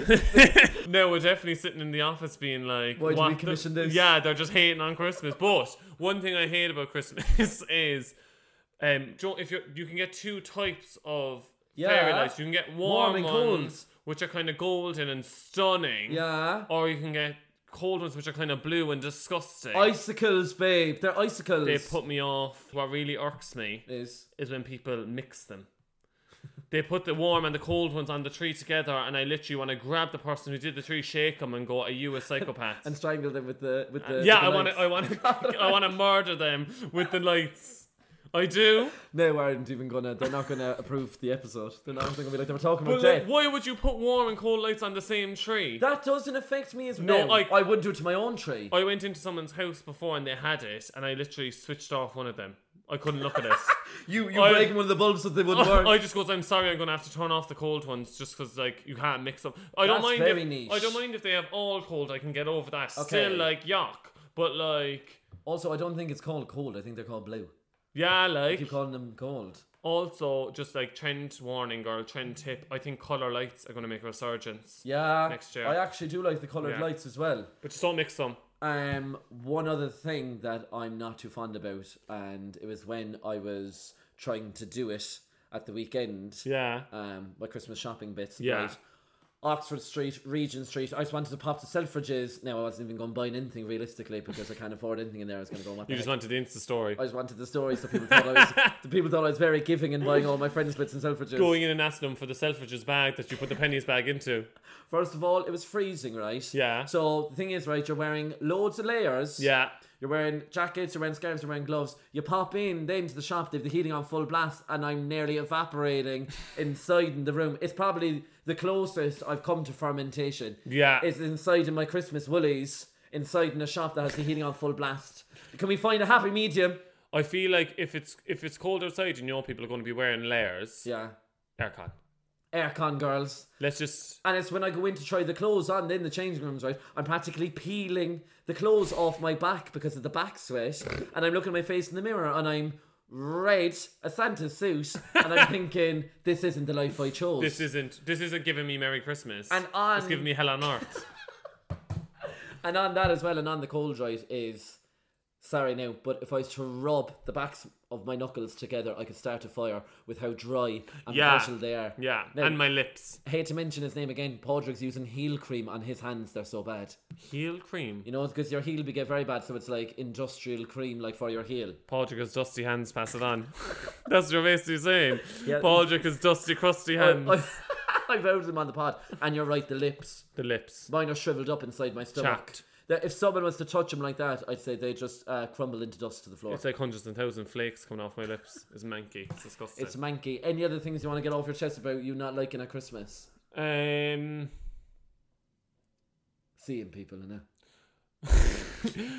Speaker 1: no, we're definitely sitting in the office being like,
Speaker 2: Why did
Speaker 1: what
Speaker 2: we
Speaker 1: the-
Speaker 2: commission this?
Speaker 1: Yeah, they're just hating on Christmas. But one thing I hate about Christmas is, um, jo- if you you can get two types of
Speaker 2: Yeah.
Speaker 1: fairy lights, you can get warm,
Speaker 2: Warm and cold.
Speaker 1: ones, which are kind of golden and stunning.
Speaker 2: Yeah.
Speaker 1: Or you can get cold ones, which are kind of blue and disgusting.
Speaker 2: Icicles, babe. They're icicles.
Speaker 1: they put me off. What really irks me
Speaker 2: is
Speaker 1: is when people mix them. They put the warm and the cold ones on the tree together, and I literally want to grab the person who did the tree, shake them, and go, "Are you a psychopath?"
Speaker 2: and strangle them with the with the
Speaker 1: yeah,
Speaker 2: with the
Speaker 1: I want to,
Speaker 2: lights.
Speaker 1: I want to, I want to murder them with the lights. I do.
Speaker 2: No, aren't even gonna. They're not gonna approve the episode. They're not even gonna be like they were talking about
Speaker 1: But like,
Speaker 2: death.
Speaker 1: why would you put warm and cold lights on the same tree?
Speaker 2: That doesn't affect me as
Speaker 1: No,
Speaker 2: well.
Speaker 1: I-
Speaker 2: I wouldn't do it to my own tree.
Speaker 1: I went into someone's house before and they had it, and I literally switched off one of them. I couldn't look at it.
Speaker 2: you you
Speaker 1: I-
Speaker 2: breaking one of the bulbs so they wouldn't work.
Speaker 1: I just goes, I'm sorry, I'm gonna have to turn off the cold ones just because like you can't mix them. I don't
Speaker 2: That's
Speaker 1: mind.
Speaker 2: very
Speaker 1: if,
Speaker 2: niche.
Speaker 1: I don't mind if they have all cold. I can get over that.
Speaker 2: Okay.
Speaker 1: Still like yuck, but like
Speaker 2: also, I don't think it's called cold. I think they're called blue.
Speaker 1: yeah, like
Speaker 2: Keep calling them cold.
Speaker 1: also just like trend warning or trend tip. I think color lights are gonna make a resurgence,
Speaker 2: Yeah.
Speaker 1: Next year.
Speaker 2: I actually do like the coloured
Speaker 1: Yeah.
Speaker 2: lights as well.
Speaker 1: but just don't mix them.
Speaker 2: Um, one other thing that I'm not too fond about, and it was when I was trying to do it at the weekend.
Speaker 1: Yeah.
Speaker 2: um, my Christmas shopping bits.
Speaker 1: Yeah.
Speaker 2: right? Oxford Street, Regent Street. I just wanted to pop to Selfridges. Now I wasn't even going buying anything realistically because I can't afford anything in there. I was going to go. What
Speaker 1: You
Speaker 2: the
Speaker 1: just
Speaker 2: heck?
Speaker 1: wanted the Insta story.
Speaker 2: I just wanted the story, so people thought I was. the people thought I was very giving and buying all my friends' bits in Selfridges.
Speaker 1: Going in and asking them for the Selfridges bag that you put the pennies bag into.
Speaker 2: First of all, it was freezing, right?
Speaker 1: Yeah.
Speaker 2: So the thing is, right, you're wearing loads of layers.
Speaker 1: Yeah.
Speaker 2: You're wearing jackets, you're wearing scarves, you're wearing gloves. You pop in then to the shop, they've the heating on full blast, and I'm nearly evaporating inside in the room. It's probably the closest I've come to fermentation.
Speaker 1: Yeah.
Speaker 2: It's inside in my Christmas woolies, inside in a shop that has the heating on full blast. Can we find a happy medium?
Speaker 1: I feel like if it's if it's cold outside and you know people are gonna be wearing layers,
Speaker 2: Yeah.
Speaker 1: aircon.
Speaker 2: Aircon girls.
Speaker 1: Let's just
Speaker 2: And it's when I go in to try the clothes on, then the changing rooms, right? I'm practically peeling the clothes off my back because of the back sweat. And I'm looking at my face in the mirror and I'm red, a Santa suit. And I'm thinking, this isn't the life I chose.
Speaker 1: This isn't this isn't giving me Merry Christmas.
Speaker 2: And on-
Speaker 1: it's giving me hell on earth.
Speaker 2: and on that as well, and on the cold, right, is sorry now, but if I was to rub the backs of my knuckles together, I could start a fire with how dry and
Speaker 1: Yeah.
Speaker 2: partial they are.
Speaker 1: yeah,
Speaker 2: Now,
Speaker 1: and my lips.
Speaker 2: I hate to mention his name again. Padraig's using heel cream on his hands, they're so bad.
Speaker 1: Heel cream.
Speaker 2: You know, because your heel be get very bad, so it's like industrial cream, like for your heel.
Speaker 1: Padraig's dusty hands pass it on. That's what you're basically saying.
Speaker 2: Yeah. Oh,
Speaker 1: Padraig's dusty crusty hands.
Speaker 2: I, I've outed them on the pod, and you're right, the lips.
Speaker 1: the lips.
Speaker 2: Mine are shriveled up inside my stomach.
Speaker 1: Chapped.
Speaker 2: That if someone was to touch them like that, I'd say they just uh, crumble into dust to the floor.
Speaker 1: It's
Speaker 2: It's,
Speaker 1: like hundreds and thousands flakes coming off my lips. It's manky. It's disgusting.
Speaker 2: manky. Any other things you want to get off your chest about you not liking at Christmas?
Speaker 1: um
Speaker 2: Seeing people, innit?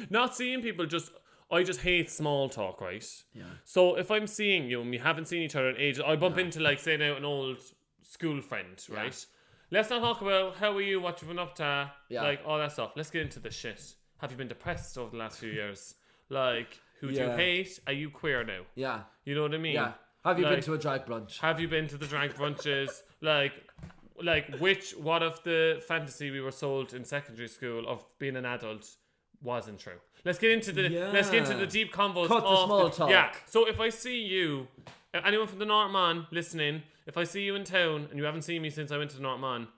Speaker 1: not seeing people just I just hate small talk, right? Yeah. So if I'm seeing you and we haven't seen each other in ages, I bump into like say now an old school friend, right? Let's not talk about how are you, what you've been up to,
Speaker 2: Yeah.
Speaker 1: like all that stuff. Let's get into the shit. Have you been depressed over the last few years? Like, who do
Speaker 2: Yeah.
Speaker 1: you hate? Are you queer now?
Speaker 2: Yeah.
Speaker 1: You know what I mean?
Speaker 2: Yeah. Have you been
Speaker 1: Like-
Speaker 2: to a drag brunch?
Speaker 1: Have you been to the drag brunches? like, like which what of the fantasy we were sold in secondary school of being an adult wasn't true? Let's get into the let's get into
Speaker 2: Yeah.
Speaker 1: the deep convos.
Speaker 2: Cut the
Speaker 1: of
Speaker 2: small talk.
Speaker 1: Yeah. So if I see you, uh, anyone from the Northman listening, if I see you in town and you haven't seen me since I went to the Northman,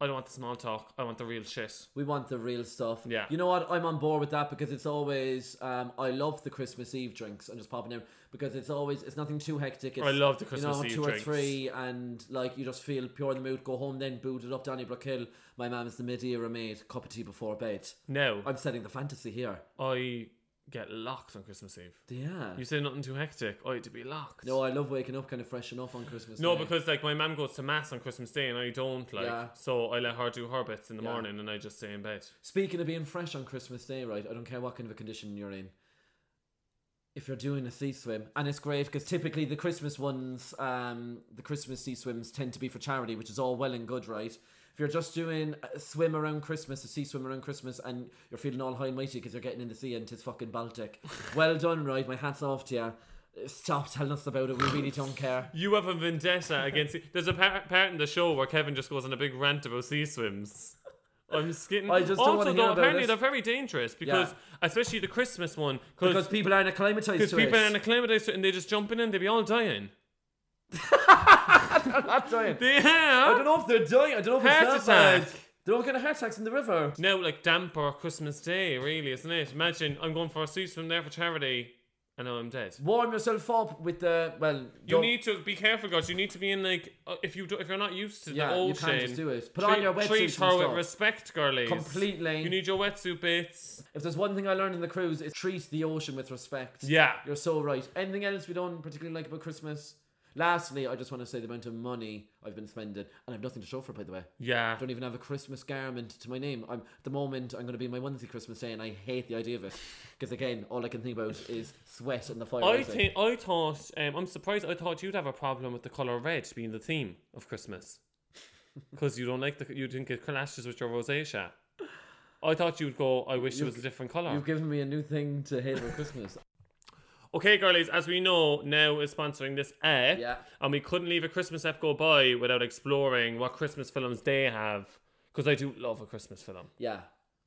Speaker 1: I don't want the small talk. I want the real shit.
Speaker 2: We want the real stuff.
Speaker 1: Yeah.
Speaker 2: You know what? I'm on board with that because it's always um, I love the Christmas Eve drinks and just popping in because it's always it's nothing too hectic. It's,
Speaker 1: I love the
Speaker 2: you
Speaker 1: Christmas
Speaker 2: know,
Speaker 1: Eve
Speaker 2: two
Speaker 1: drinks.
Speaker 2: or three, and like you just feel pure in the mood. Go home, then boot it up. Danny Brookhill, my mam's the mid-era maid. Cup of tea before bed.
Speaker 1: Now
Speaker 2: I'm setting the fantasy here.
Speaker 1: I get locked on Christmas Eve.
Speaker 2: Yeah.
Speaker 1: You say nothing too hectic. I had to be locked.
Speaker 2: no, I love waking up kind of fresh enough on Christmas.
Speaker 1: No,
Speaker 2: Day.
Speaker 1: because like my mum goes to mass on Christmas Day and I don't like,
Speaker 2: Yeah.
Speaker 1: so I let her do her bits in the
Speaker 2: Yeah.
Speaker 1: morning and I just stay in bed.
Speaker 2: Speaking of being fresh on Christmas Day, right? I don't care what kind of a condition you're in. If you're doing a sea swim, and it's great because typically the Christmas ones, um, the Christmas sea swims tend to be for charity, which is all well and good, right? If you're just doing a swim around Christmas, a sea swim around Christmas, and you're feeling all high and mighty because you're getting in the sea and it's fucking Baltic, well done, right? My hat's off to you. Stop telling us about it. We really don't care.
Speaker 1: You have a vendetta against. There's a par- part in the show where Kevin just goes on a big rant about sea swims. I'm skidding.
Speaker 2: I just don't
Speaker 1: also
Speaker 2: wanna hear
Speaker 1: though
Speaker 2: about
Speaker 1: apparently
Speaker 2: it.
Speaker 1: they're very dangerous because especially the Christmas one
Speaker 2: Because
Speaker 1: because
Speaker 2: people aren't acclimatized to
Speaker 1: people
Speaker 2: it.
Speaker 1: are acclimatized to it and they just jump in and they be all dying.
Speaker 2: Not dying.
Speaker 1: They
Speaker 2: I
Speaker 1: are.
Speaker 2: don't know if they're dying. I don't know if
Speaker 1: Heart
Speaker 2: it's that
Speaker 1: attack.
Speaker 2: bad. They're all getting heart attacks in the river.
Speaker 1: Now, like damp or Christmas Day, really, isn't it? Imagine I'm going for a sea swim there for charity, and now I'm dead.
Speaker 2: warm yourself up with the well.
Speaker 1: You need to be careful, guys. You need to be in like uh, if you do, if you're not used to
Speaker 2: Yeah,
Speaker 1: the
Speaker 2: you
Speaker 1: ocean.
Speaker 2: can't just do it. Put on your wetsuit
Speaker 1: Treat
Speaker 2: and
Speaker 1: her with
Speaker 2: stuff.
Speaker 1: respect, girlies.
Speaker 2: Completely.
Speaker 1: You need your wetsuit bits.
Speaker 2: If there's one thing I learned in the cruise, is treat the ocean with respect.
Speaker 1: Yeah.
Speaker 2: you're so right. Anything else we don't particularly like about Christmas? Lastly, I just want to say the amount of money I've been spending, and I've nothing to show for it, by the way.
Speaker 1: Yeah.
Speaker 2: I don't even have a Christmas garment to my name. I'm at the moment I'm going to be in my onesie Christmas day, and I hate the idea of it because again, all I can think about is sweat and the fire.
Speaker 1: I
Speaker 2: outside.
Speaker 1: think I thought um, I'm surprised. I thought you'd have a problem with the color red being the theme of Christmas, because you don't like the you think it clashes with your rosacea. I thought you'd go. I wish it was a different color.
Speaker 2: you've given me a new thing to hate about Christmas.
Speaker 1: Okay, girlies, as we know, now is sponsoring this app.
Speaker 2: Yeah.
Speaker 1: And we couldn't leave a Christmas app go by without exploring what Christmas films they have. Because I do love a Christmas film.
Speaker 2: Yeah,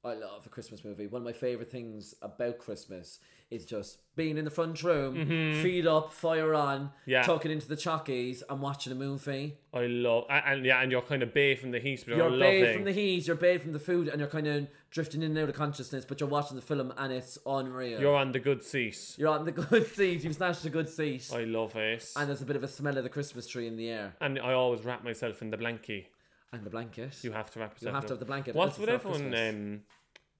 Speaker 2: I love a Christmas movie. One of my favorite things about Christmas is just being in the front room, feed up, fire on,
Speaker 1: Mm-hmm. Yeah.
Speaker 2: talking into the chockies, and watching a movie.
Speaker 1: I love, a- and yeah, and you're kind of bathed from the heat, but you're,
Speaker 2: You're
Speaker 1: loving.
Speaker 2: bathed from the heat, you're bathed from the food, and you're kind of drifting in and out of consciousness. But you're watching the film, and it's unreal.
Speaker 1: You're on the good seat.
Speaker 2: You're on the good seat. You've snatched a good seat.
Speaker 1: I love it.
Speaker 2: and there's a bit of a smell of the Christmas tree in the air
Speaker 1: And I always wrap myself in the blankie.
Speaker 2: and the blanket.
Speaker 1: You have to wrap yourself.
Speaker 2: have to
Speaker 1: in-
Speaker 2: have the blanket, else
Speaker 1: What's
Speaker 2: it's
Speaker 1: with
Speaker 2: not
Speaker 1: everyone?
Speaker 2: Christmas.
Speaker 1: Um,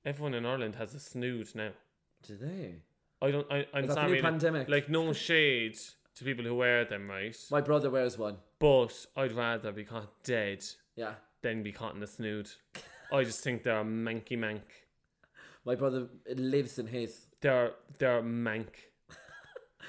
Speaker 1: everyone in Ireland has a snood now.
Speaker 2: Do they?
Speaker 1: I don't. I, I'm
Speaker 2: Is that the
Speaker 1: sorry.
Speaker 2: new
Speaker 1: like-
Speaker 2: pandemic?
Speaker 1: Like no shade to people who wear them, right?
Speaker 2: My brother wears one.
Speaker 1: But I'd rather be caught dead
Speaker 2: Yeah.
Speaker 1: than be caught in a snood. I just think they're a manky mank.
Speaker 2: My brother lives in his.
Speaker 1: They're they're mank.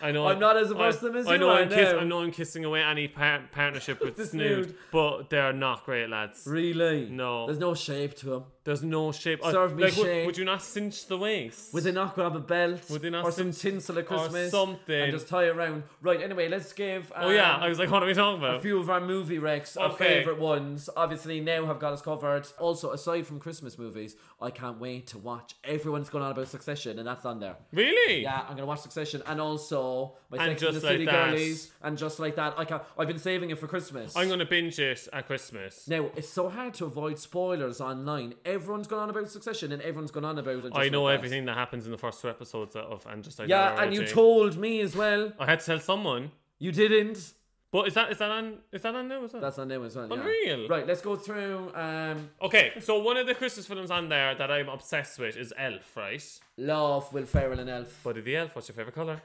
Speaker 1: I know.
Speaker 2: I'm not as
Speaker 1: I,
Speaker 2: opposed to them as
Speaker 1: I
Speaker 2: you
Speaker 1: know.
Speaker 2: are
Speaker 1: I'm, kiss,
Speaker 2: now.
Speaker 1: I know I'm kissing away any par- partnership with
Speaker 2: The
Speaker 1: snood,
Speaker 2: snood.
Speaker 1: but they're not great lads.
Speaker 2: Really?
Speaker 1: No.
Speaker 2: There's no shape to him.
Speaker 1: There's no shape. I-
Speaker 2: Serve me
Speaker 1: like, would-
Speaker 2: shape.
Speaker 1: Would you not cinch the waist?
Speaker 2: Would they not grab a belt?
Speaker 1: Would they not
Speaker 2: or some
Speaker 1: sim-
Speaker 2: tinsel at Christmas?
Speaker 1: something.
Speaker 2: And just tie it around. Right, anyway, let's give. Um,
Speaker 1: oh yeah. I was like, what are we talking about?
Speaker 2: a few of our movie wrecks, our
Speaker 1: Okay.
Speaker 2: favourite ones, obviously now have got us covered. Also, aside from Christmas movies, I can't wait to watch. Everyone's going on about Succession, and that's on there.
Speaker 1: really?
Speaker 2: Yeah, I'm gonna watch Succession, and also my
Speaker 1: And
Speaker 2: Sex and
Speaker 1: Just
Speaker 2: the City
Speaker 1: Like That.
Speaker 2: girlies, and just like that. I can I've been saving it for Christmas.
Speaker 1: I'm gonna binge it at Christmas.
Speaker 2: Now it's so hard to avoid spoilers online. Everyone's gone on about Succession, and everyone's gone on about. it.
Speaker 1: I know everything that happens in the first two episodes of and just like that
Speaker 2: Yeah, and
Speaker 1: already.
Speaker 2: you told me as well.
Speaker 1: I had to tell someone.
Speaker 2: You didn't.
Speaker 1: But is that is that on is that on now? Is that?
Speaker 2: That's on them as well. yeah.
Speaker 1: Unreal.
Speaker 2: Right, let's go through. Um,
Speaker 1: Okay, so one of the Christmas films on there that I'm obsessed with is Elf, right?
Speaker 2: love Will Ferrell and Elf.
Speaker 1: Buddy the Elf, what's your favourite colour?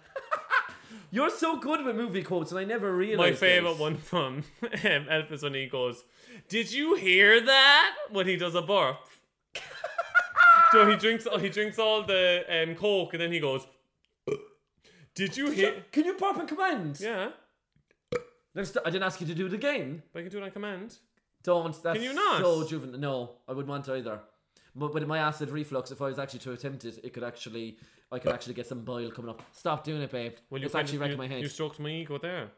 Speaker 2: You're so good with movie quotes, and I never realized.
Speaker 1: My
Speaker 2: this.
Speaker 1: favourite one from um, Elf is when he goes, Did you hear that? When he does a burp. so he drinks he drinks all the um, Coke and then he goes, Did you hear?
Speaker 2: Can you pop in command?
Speaker 1: Yeah,
Speaker 2: Let's do- I didn't ask you to do it again.
Speaker 1: but I can do it on command.
Speaker 2: Don't. That's
Speaker 1: you not?
Speaker 2: so juvenile. No, I wouldn't want to either. But with my acid reflux, if I was actually to attempt it, it could actually, I could actually get some bile coming up. Stop doing it, babe.
Speaker 1: Well, you
Speaker 2: it's
Speaker 1: kind
Speaker 2: actually
Speaker 1: of-
Speaker 2: wrecking
Speaker 1: you,
Speaker 2: my head.
Speaker 1: You stroked my ego there.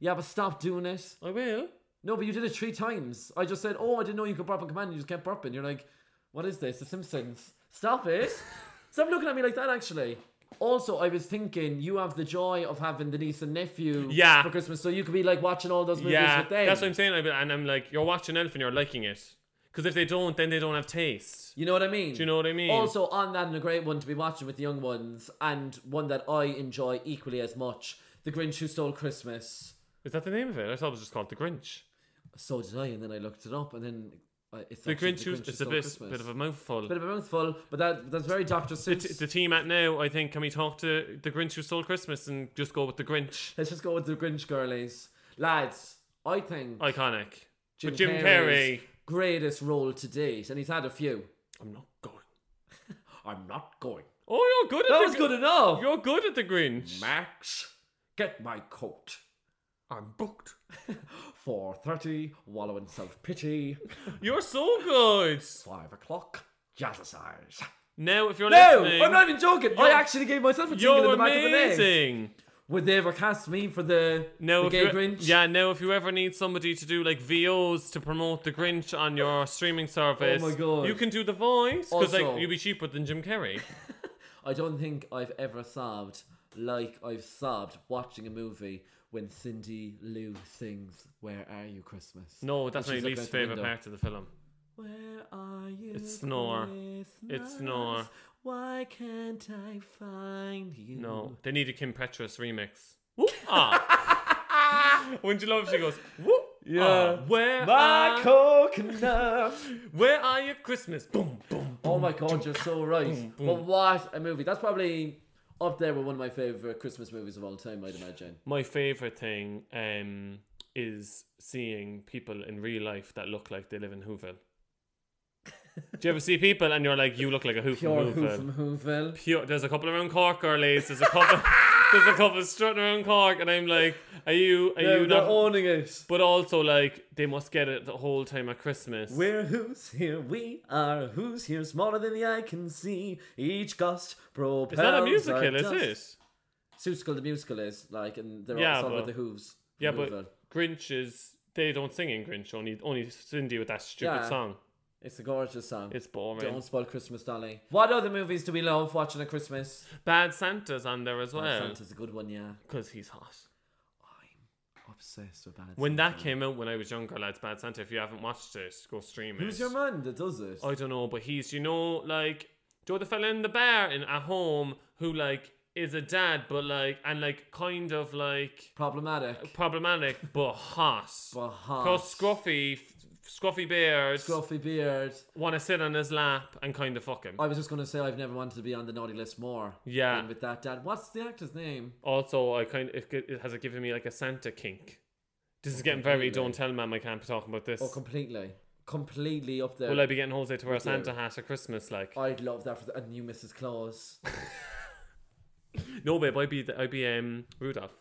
Speaker 2: Yeah, but stop doing it.
Speaker 1: I will.
Speaker 2: No, but you did it three times. I just said, oh, I didn't know you could burp on command. And you just kept burping. You're like, what is this? The Simpsons. Stop it. Stop looking at me like that, actually. Also, I was thinking you have the joy of having the niece and nephew
Speaker 1: Yeah.
Speaker 2: for Christmas, so you could be like watching all those movies
Speaker 1: Yeah,
Speaker 2: with them.
Speaker 1: that's what I'm saying. I- And I'm like, you're watching Elf and you're liking it. Because if they don't, then they don't have taste.
Speaker 2: You know what I mean?
Speaker 1: Do you know what I mean?
Speaker 2: Also, on that and a great one to be watching with the young ones, and one that I enjoy equally as much, The Grinch Who Stole Christmas.
Speaker 1: Is that the name of it? I thought it was just called The Grinch. So
Speaker 2: did I, and then I looked it up, and then I- it's
Speaker 1: The
Speaker 2: actually
Speaker 1: Grinch, was it's a
Speaker 2: Stole
Speaker 1: bit,
Speaker 2: Christmas.
Speaker 1: bit of a mouthful.
Speaker 2: bit of a mouthful, but that that's very Doctor
Speaker 1: the,
Speaker 2: Seuss.
Speaker 1: t- the team at now, I think, can we talk to The Grinch Who Stole Christmas and just go with The Grinch?
Speaker 2: Let's just go with The Grinch, girlies, lads. I think
Speaker 1: Iconic.
Speaker 2: Jim,
Speaker 1: With Uh, Jim
Speaker 2: Carrey's
Speaker 1: Carrey.
Speaker 2: greatest role to date, and he's had a few.
Speaker 1: I'm not going.
Speaker 2: I'm not going.
Speaker 1: Oh, you're good at
Speaker 2: That
Speaker 1: The
Speaker 2: was
Speaker 1: Gr-
Speaker 2: good enough.
Speaker 1: You're good at The Grinch.
Speaker 2: Max, get my coat.
Speaker 1: I'm booked.
Speaker 2: Four thirty, wallow in self pity.
Speaker 1: You're so good.
Speaker 2: Five o'clock, jazzercise.
Speaker 1: Now, if you're
Speaker 2: No,
Speaker 1: listening,
Speaker 2: I'm not even joking. I
Speaker 1: You're-
Speaker 2: actually gave myself a tingle in
Speaker 1: you're
Speaker 2: the back of the neck.
Speaker 1: amazing.
Speaker 2: Would they ever cast me for the,
Speaker 1: No,
Speaker 2: the
Speaker 1: if
Speaker 2: gay
Speaker 1: you-
Speaker 2: Grinch?
Speaker 1: Yeah, now if you ever need somebody to do like VOs to promote the Grinch on your streaming service,
Speaker 2: Oh my God.
Speaker 1: you can do the voice because
Speaker 2: Also-
Speaker 1: like you'd be cheaper than Jim Carrey.
Speaker 2: I don't think I've ever sobbed like I've sobbed watching a movie when Cindy Lou sings "Where Are You Christmas."
Speaker 1: No, that's my
Speaker 2: And she's looking
Speaker 1: least
Speaker 2: out the
Speaker 1: favorite
Speaker 2: window.
Speaker 1: part of the film.
Speaker 2: Where are you?
Speaker 1: It's snore. It's snore.
Speaker 2: Christmas? Why can't I find you?
Speaker 1: No, they need a Kim Petras remix. Whoop ah. Wouldn't you love if she goes whoop?
Speaker 2: Yeah.
Speaker 1: ah, where
Speaker 2: My
Speaker 1: are
Speaker 2: coconut.
Speaker 1: where are your Christmas? Boom boom.
Speaker 2: oh my god, you're so right. But what a movie! That's probably up there with one of my favorite Christmas movies of all time. I'd imagine.
Speaker 1: My favorite thing um is seeing people in real life that look like they live in Whoville. Do you ever see people and you're like, you look like a Who from
Speaker 2: Pure Who
Speaker 1: Whoville?
Speaker 2: from Whoville.
Speaker 1: Pure, there's a couple around Cork, girlies. There's a couple. there's a couple strutting around Cork, and I'm like, are you? Are
Speaker 2: No,
Speaker 1: you
Speaker 2: they're
Speaker 1: not?
Speaker 2: owning it.
Speaker 1: but also, like, they must get it the whole time at Christmas.
Speaker 2: We're who's here, we are who's here, smaller than the eye can see. Each gust propels.
Speaker 1: it's not a
Speaker 2: our
Speaker 1: musical, is
Speaker 2: dust.
Speaker 1: it?
Speaker 2: Seussical the musical is like, and they're
Speaker 1: Yeah,
Speaker 2: all sung with
Speaker 1: but-
Speaker 2: the hooves.
Speaker 1: Yeah,
Speaker 2: from Whoville.
Speaker 1: but Grinch is. They don't sing in Grinch. Only, only Cindy with that stupid
Speaker 2: Yeah.
Speaker 1: song.
Speaker 2: it's a gorgeous song.
Speaker 1: It's boring.
Speaker 2: Don't spoil Christmas, Dolly. What other movies do we love watching at Christmas?
Speaker 1: Bad Santa's on there as well
Speaker 2: Santa's a good one, yeah.
Speaker 1: because he's hot.
Speaker 2: Obsessed with Bad
Speaker 1: When
Speaker 2: Santa.
Speaker 1: that came out when I was younger, lads, Bad Santa. If you haven't watched it, go stream it.
Speaker 2: Who's your man that does it?
Speaker 1: I don't know, but he's you know like do you know the fella in the bar in at home who like is a dad, but like and like kind of like
Speaker 2: Problematic.
Speaker 1: problematic but hot.
Speaker 2: But hot.
Speaker 1: Cause scruffy, f- scruffy beard,
Speaker 2: Scruffy beard.
Speaker 1: want to sit on his lap and kind of fuck him.
Speaker 2: I was just gonna say I've never wanted to be on the naughty list more.
Speaker 1: Yeah.
Speaker 2: than with that dad. What's the actor's name?
Speaker 1: also, I kind of it, it has given me like a Santa kink. This is getting very
Speaker 2: Oh, completely.
Speaker 1: don't tell ma'am I can't be talking about this.
Speaker 2: Oh, completely, completely up there.
Speaker 1: Will I be getting Jose to wear a
Speaker 2: Completely. Uh,
Speaker 1: Santa hat at Christmas? Like,
Speaker 2: I'd love that for the, a new Mrs. Claus.
Speaker 1: no, babe, I'd be, I'd be um, Rudolph.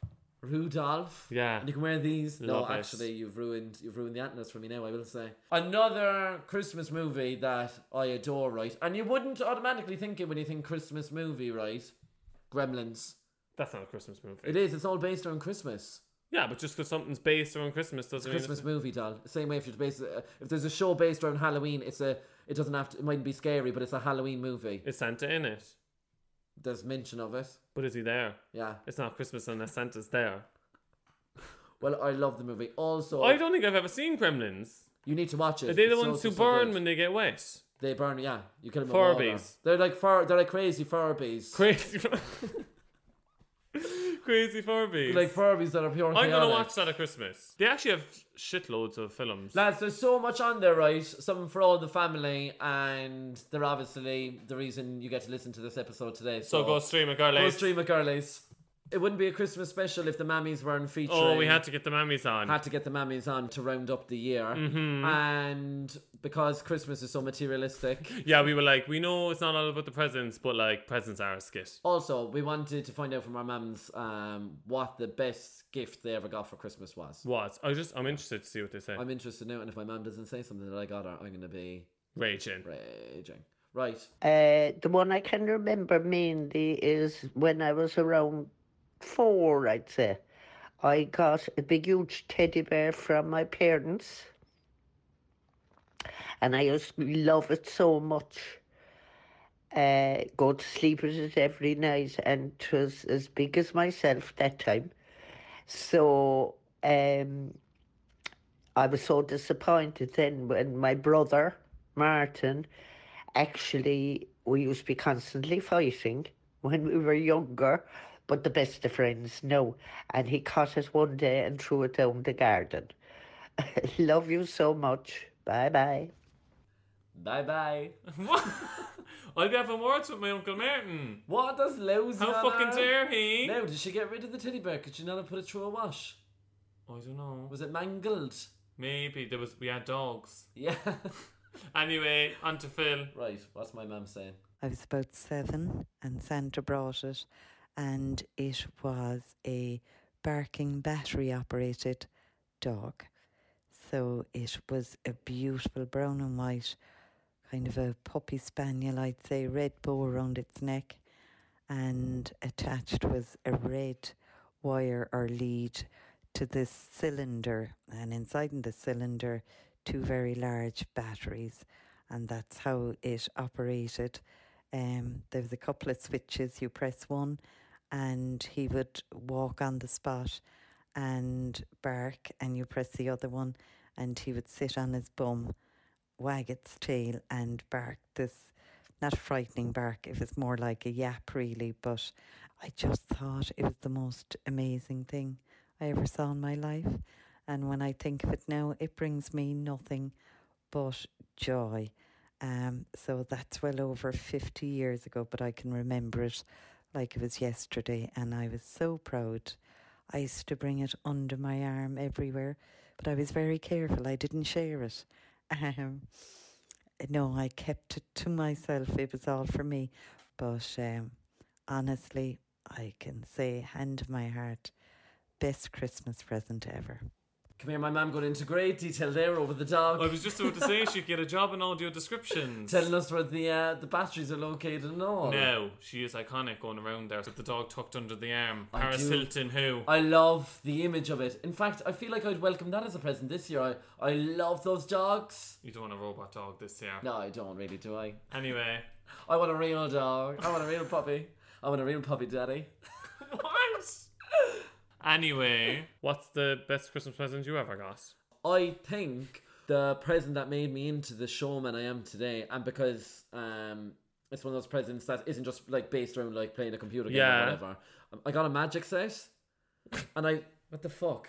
Speaker 2: Rudolph.
Speaker 1: Yeah.
Speaker 2: And you can wear these.
Speaker 1: Love
Speaker 2: no,
Speaker 1: it.
Speaker 2: actually, you've ruined you've ruined the atlas for me now. I will say another Christmas movie that I adore, right? And you wouldn't automatically think it when you think Christmas movie, right? Gremlins.
Speaker 1: That's not a Christmas movie.
Speaker 2: It is. It's all based around Christmas.
Speaker 1: Yeah, but just because something's based around Christmas doesn't mean
Speaker 2: Christmas movie, doll. Same way if you base uh, if there's a show based around Halloween, it's a it doesn't have to. It mightn't be scary, but it's a Halloween movie.
Speaker 1: it's, is Santa in it.
Speaker 2: There's mention of it.
Speaker 1: But is he there?
Speaker 2: Yeah.
Speaker 1: It's not Christmas unless Santa's there.
Speaker 2: Well, I love the movie. Also,
Speaker 1: I don't think I've ever seen Gremlins.
Speaker 2: you need to watch it.
Speaker 1: Are they the
Speaker 2: It's so,
Speaker 1: ones
Speaker 2: so,
Speaker 1: who
Speaker 2: so
Speaker 1: burn
Speaker 2: good.
Speaker 1: when they get wet?
Speaker 2: They burn, yeah. You kill them with
Speaker 1: Furbies.
Speaker 2: water. They're like fur. They're like crazy Furbies.
Speaker 1: Crazy, crazy Furbies.
Speaker 2: like Furbies that are pure.
Speaker 1: I'm gonna
Speaker 2: chaotic.
Speaker 1: watch that at Christmas. They actually have shitloads of films.
Speaker 2: Lads, there's so much on there, right? Something for all the family, and they're obviously the reason you get to listen to this episode today. So,
Speaker 1: so go stream it, girl.
Speaker 2: go stream it, girlies. It wouldn't be a Christmas special if the mammies weren't featured.
Speaker 1: Oh, we had to get the mammies on.
Speaker 2: had to get the mammies on to round up the year,
Speaker 1: Mm-hmm.
Speaker 2: and because Christmas is so materialistic.
Speaker 1: yeah, we were like, we know it's not all about the presents, but like presents are a skit.
Speaker 2: Also, we wanted to find out from our mums um, what the best gift they ever got for Christmas was.
Speaker 1: What? I just, I'm interested to see what they say.
Speaker 2: I'm interested now, and if my mum doesn't say something that I got her, I'm going to be
Speaker 1: Raging.
Speaker 2: raging. Right.
Speaker 4: Uh, the one I can remember mainly is when I was around four, I'd say. I got a big, huge teddy bear from my parents, and I used to love it so much. Uh, go to sleep with it every night, and 'twas as big as myself that time. So um, I was so disappointed then when my brother, Martin, actually, we used to be constantly fighting when we were younger, but the best of friends, no. And he caught it one day and threw it down the garden. Love you so much. Bye bye.
Speaker 2: Bye bye.
Speaker 1: What? I'll be having words with my Uncle Martin.
Speaker 2: What does lousy?
Speaker 1: How
Speaker 2: on
Speaker 1: fucking
Speaker 2: her?
Speaker 1: dare he?
Speaker 2: Now, did she get rid of the teddy bear? Could she not have put it through a wash?
Speaker 1: I don't know.
Speaker 2: Was it mangled?
Speaker 1: Maybe there was we had dogs.
Speaker 2: Yeah.
Speaker 1: Anyway, on to Phil.
Speaker 2: right, what's my mum saying?
Speaker 5: I was about seven, and Santa brought it, and it was a barking battery operated dog. So it was a beautiful brown and white, kind of a puppy spaniel, I'd say, red bow around its neck, and attached was a red wire or lead to this cylinder, and inside in the cylinder, two very large batteries, and that's how it operated. Um, there was a couple of switches. You press one, and he would walk on the spot and bark, and you press the other one, and he would sit on his bum, wag its tail, and bark this not frightening bark, it was more like a yap, really. But I just thought it was the most amazing thing I ever saw in my life. And when I think of it now, it brings me nothing but joy. Um, so that's well over 50 years ago, but I can remember it like it was yesterday. And I was so proud. I used to bring it under my arm everywhere, but I was very careful. I didn't share it. Um, no, I kept it to myself. It was all for me. But um, honestly, I can say, hand of my heart, best Christmas present ever.
Speaker 2: Come here, my mum got into great detail there over the dog.
Speaker 1: I was just about to say she could get a job in audio descriptions.
Speaker 2: telling us where the uh, the batteries are located and all.
Speaker 1: No, she is iconic going around there with the dog tucked under the arm.
Speaker 2: I
Speaker 1: Paris
Speaker 2: do.
Speaker 1: Hilton, who?
Speaker 2: I love the image of it. In fact, I feel like I'd welcome that as a present this year. I, I love those dogs.
Speaker 1: You don't want a robot dog this year.
Speaker 2: No, I don't really, do I?
Speaker 1: Anyway,
Speaker 2: I want a real dog. I want a real puppy. I want a real puppy daddy.
Speaker 1: what? Anyway, what's the best Christmas present you ever got?
Speaker 2: I think the present that made me into the showman I am today, and because um, it's one of those presents that isn't just like based around like playing a computer game
Speaker 1: Yeah.
Speaker 2: or whatever. I got a magic set, and I what the fuck?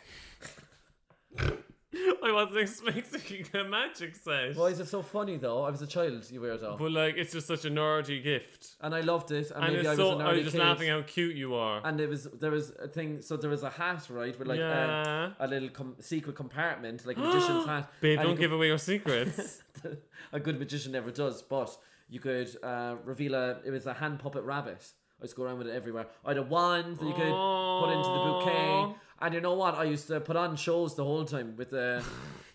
Speaker 1: I wasn't expecting a magic set.
Speaker 2: Why is it so funny though? I was a child, you weirdo,
Speaker 1: But like, it's just such a nerdy gift.
Speaker 2: and I loved it. And,
Speaker 1: And
Speaker 2: maybe
Speaker 1: it's
Speaker 2: I was
Speaker 1: so,
Speaker 2: an
Speaker 1: I
Speaker 2: early
Speaker 1: was just
Speaker 2: kid.
Speaker 1: laughing how cute you are.
Speaker 2: and it was there was a thing. So there was a hat, right, with like um,
Speaker 1: yeah.
Speaker 2: a, a little com- secret compartment, like a magician's hat. and
Speaker 1: Babe,
Speaker 2: you
Speaker 1: don't
Speaker 2: could-
Speaker 1: give away your secrets.
Speaker 2: a good magician never does, but you could uh, reveal a. It was a hand puppet rabbit. I used to go around with it everywhere. I had a wand that you could put into the
Speaker 1: Aww.
Speaker 2: bouquet. And you know what? I used to put on shows the whole time with the.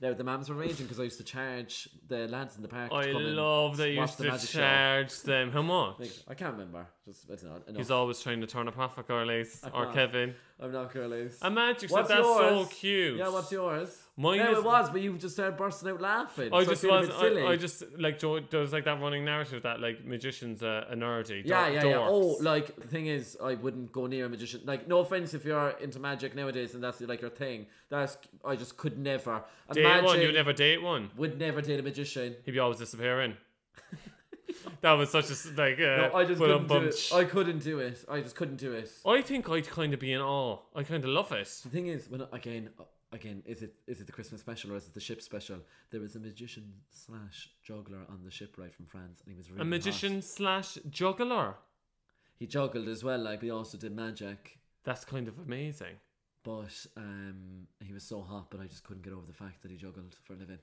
Speaker 2: now the mams were raging because I used to charge the lads in the park.
Speaker 1: I
Speaker 2: to come and
Speaker 1: love that you
Speaker 2: watch
Speaker 1: used
Speaker 2: the
Speaker 1: to
Speaker 2: magic show.
Speaker 1: charge them. How much?
Speaker 2: Like, I can't remember. Just it's not. Enough.
Speaker 1: He's always trying to turn a profit, Carly's or
Speaker 2: can't.
Speaker 1: Kevin.
Speaker 2: I'm not gonna lose.
Speaker 1: A magic set.
Speaker 2: What's
Speaker 1: That's so
Speaker 2: yours?
Speaker 1: cute.
Speaker 2: Yeah, what's yours?
Speaker 1: Mine
Speaker 2: no,
Speaker 1: is-
Speaker 2: it was, but you just started bursting out laughing.
Speaker 1: I
Speaker 2: so
Speaker 1: just
Speaker 2: I feel a
Speaker 1: was.
Speaker 2: bit silly.
Speaker 1: I, I just like Joe. There was like that running narrative that like magicians are a nerdy.
Speaker 2: Yeah,
Speaker 1: dor-
Speaker 2: yeah, yeah.
Speaker 1: dorks.
Speaker 2: Oh, like the thing is, I wouldn't go near a magician. Like, no offense if you're into magic nowadays and that's like your thing. That's I just could never. A
Speaker 1: date
Speaker 2: magic
Speaker 1: one. You never date one.
Speaker 2: would never date a magician.
Speaker 1: He'd be always disappearing. that was such a s- like. Uh,
Speaker 2: No, I just
Speaker 1: put a
Speaker 2: couldn't do it.
Speaker 1: bunch.
Speaker 2: I couldn't do it. I just couldn't do it.
Speaker 1: I think I'd kind of be in awe. I kind of love it.
Speaker 2: The thing is, when again, again, is it is it the Christmas special or is it the ship special? There was a magician slash juggler on the shipwright from France, and he was really
Speaker 1: A
Speaker 2: hot.
Speaker 1: magician slash juggler.
Speaker 2: He juggled as well. Like he also did magic.
Speaker 1: That's kind of amazing.
Speaker 2: But um, he was so hot, but I just couldn't get over the fact that he juggled for a living.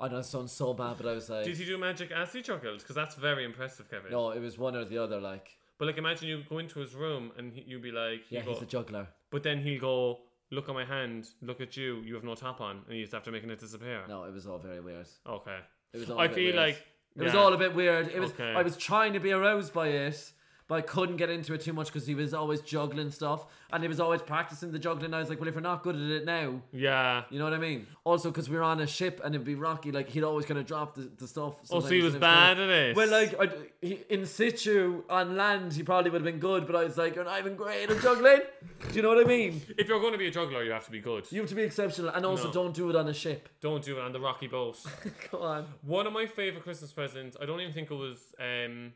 Speaker 2: I know it sounds so bad, but I was like,
Speaker 1: Did he do magic as he juggled? Because that's very impressive, Kevin.
Speaker 2: no, it was one or the other. Like,
Speaker 1: But like, imagine you go into his room and he, you'd be like,
Speaker 2: yeah,
Speaker 1: you go,
Speaker 2: he's a juggler.
Speaker 1: but then he'll go, look at my hand, look at you, you have no top on, and you just have to making it disappear.
Speaker 2: No, it was all very weird.
Speaker 1: Okay.
Speaker 2: It was all.
Speaker 1: I
Speaker 2: a bit
Speaker 1: feel
Speaker 2: weird.
Speaker 1: like
Speaker 2: it was
Speaker 1: yeah.
Speaker 2: all a bit weird. It was.
Speaker 1: Okay.
Speaker 2: I was trying to be aroused by it, but I couldn't get into it too much because he was always juggling stuff and he was always practicing the juggling. I was like, well, if you're not good at it now,
Speaker 1: Yeah.
Speaker 2: you know what I mean? Also, because we were on a ship and it'd be rocky, like he'd always kind of drop the, the stuff.
Speaker 1: Oh, so
Speaker 2: sometimes
Speaker 1: he was
Speaker 2: and
Speaker 1: bad
Speaker 2: kinda-
Speaker 1: at it.
Speaker 2: Well, like I, he, in situ on land, he probably would have been good, but I was like, you're not even great at juggling. Do you know what I mean?
Speaker 1: if you're going to be a juggler, you have to be good.
Speaker 2: You have to be exceptional, and also
Speaker 1: No.
Speaker 2: don't do it on a ship.
Speaker 1: Don't do it on the rocky boat.
Speaker 2: Come on.
Speaker 1: One of my favorite Christmas presents. I don't even think it was um,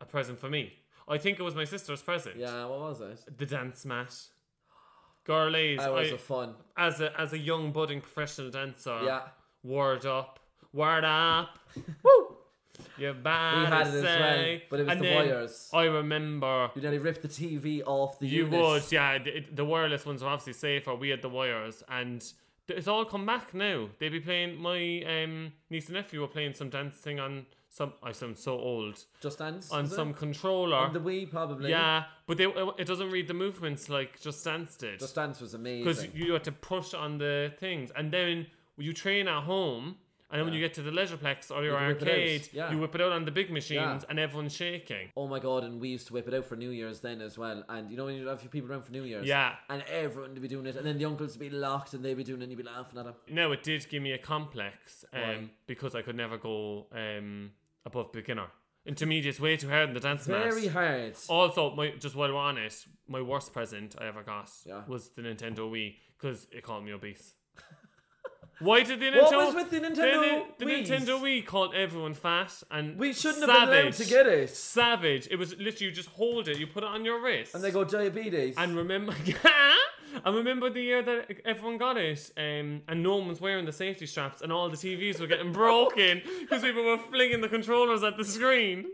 Speaker 1: a present for me. I think it was my sister's present.
Speaker 2: Yeah, what was it?
Speaker 1: The dance mat. Girlies,
Speaker 2: That was
Speaker 1: I- Uh.
Speaker 2: a fun.
Speaker 1: as a as a young budding professional dancer.
Speaker 2: Yeah.
Speaker 1: Word up, word up. Woo. You're bad.
Speaker 2: We had it as
Speaker 1: say.
Speaker 2: well, but it was
Speaker 1: And
Speaker 2: the
Speaker 1: then
Speaker 2: wires.
Speaker 1: I remember.
Speaker 2: You nearly ripped the TV off the
Speaker 1: You
Speaker 2: unit.
Speaker 1: would, yeah. it- it- the wireless ones are obviously safer. We had the wires, and th- it's all come back now. They'd be playing. My um, niece and nephew were playing some dance thing on some. I sound so old.
Speaker 2: Just dance.
Speaker 1: On
Speaker 2: was it?
Speaker 1: some controller.
Speaker 2: On the Wii, probably.
Speaker 1: yeah, but they, it doesn't read the movements like Just Dance did.
Speaker 2: Just dance was
Speaker 1: Because
Speaker 2: amazing.
Speaker 1: you had to push on the things, and then you train at home, and then when you get to the leisureplex or your
Speaker 2: can whip it out,
Speaker 1: arcade,
Speaker 2: yeah.
Speaker 1: you whip it out on the big machines,
Speaker 2: Yeah.
Speaker 1: and everyone's shaking.
Speaker 2: Oh my god! And we used to whip it out for New Year's then as well. And you know when you have a few people around for New Year's.
Speaker 1: Yeah.
Speaker 2: And everyone would be doing it, and then the uncles would be locked, and they'd be doing it, and you'd be laughing at them.
Speaker 1: Now it did give me a complex um,
Speaker 2: Why?
Speaker 1: because I could never go um, above beginner. Intermediate's way too hard in the dance maths.
Speaker 2: Very hard.
Speaker 1: Also, my just while we're on it, my worst present I ever got
Speaker 2: Yeah.
Speaker 1: was the Nintendo Wii because it called me obese. Why did the Nintendo?
Speaker 2: What was with the Nintendo
Speaker 1: The,
Speaker 2: Wiis?
Speaker 1: Nintendo Wii called everyone fat and
Speaker 2: We shouldn't
Speaker 1: savage,
Speaker 2: have been allowed to get it.
Speaker 1: Savage. It was literally you just hold it, you put it on your wrist,
Speaker 2: And they go diabetes.
Speaker 1: and remember, I remember the year that everyone got it, um, and no one was wearing the safety straps, and all the TVs were getting broken because people were flinging the controllers at the screen.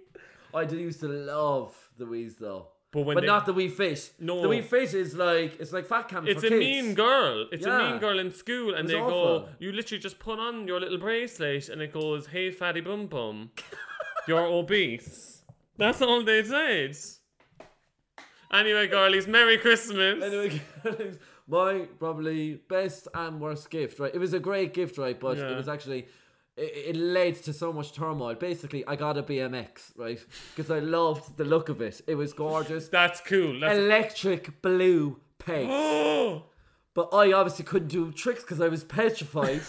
Speaker 2: I did used to love the Wii's though.
Speaker 1: But when
Speaker 2: but
Speaker 1: they-
Speaker 2: not the Wii Fit.
Speaker 1: No.
Speaker 2: the Wii Fit is like it's like fat cam.
Speaker 1: It's
Speaker 2: for
Speaker 1: a
Speaker 2: kids.
Speaker 1: mean girl. It's a
Speaker 2: Yeah.
Speaker 1: mean girl in school, and
Speaker 2: was
Speaker 1: they go.
Speaker 2: awful.
Speaker 1: You literally just put on your little bracelet, and it goes, "Hey, fatty bum bum, you're obese." That's all they did. Anyway, girlies, Merry Christmas.
Speaker 2: Anyway, guys, my probably best and worst gift, right? It was a great gift, right? But
Speaker 1: Yeah.
Speaker 2: it was actually. It, it led to so much turmoil. Basically, I got a BMX, right? Because I loved the look of it. It was gorgeous.
Speaker 1: That's cool. That's.
Speaker 2: Electric blue pegs.
Speaker 1: Oh,
Speaker 2: But I obviously couldn't do tricks because I was petrified.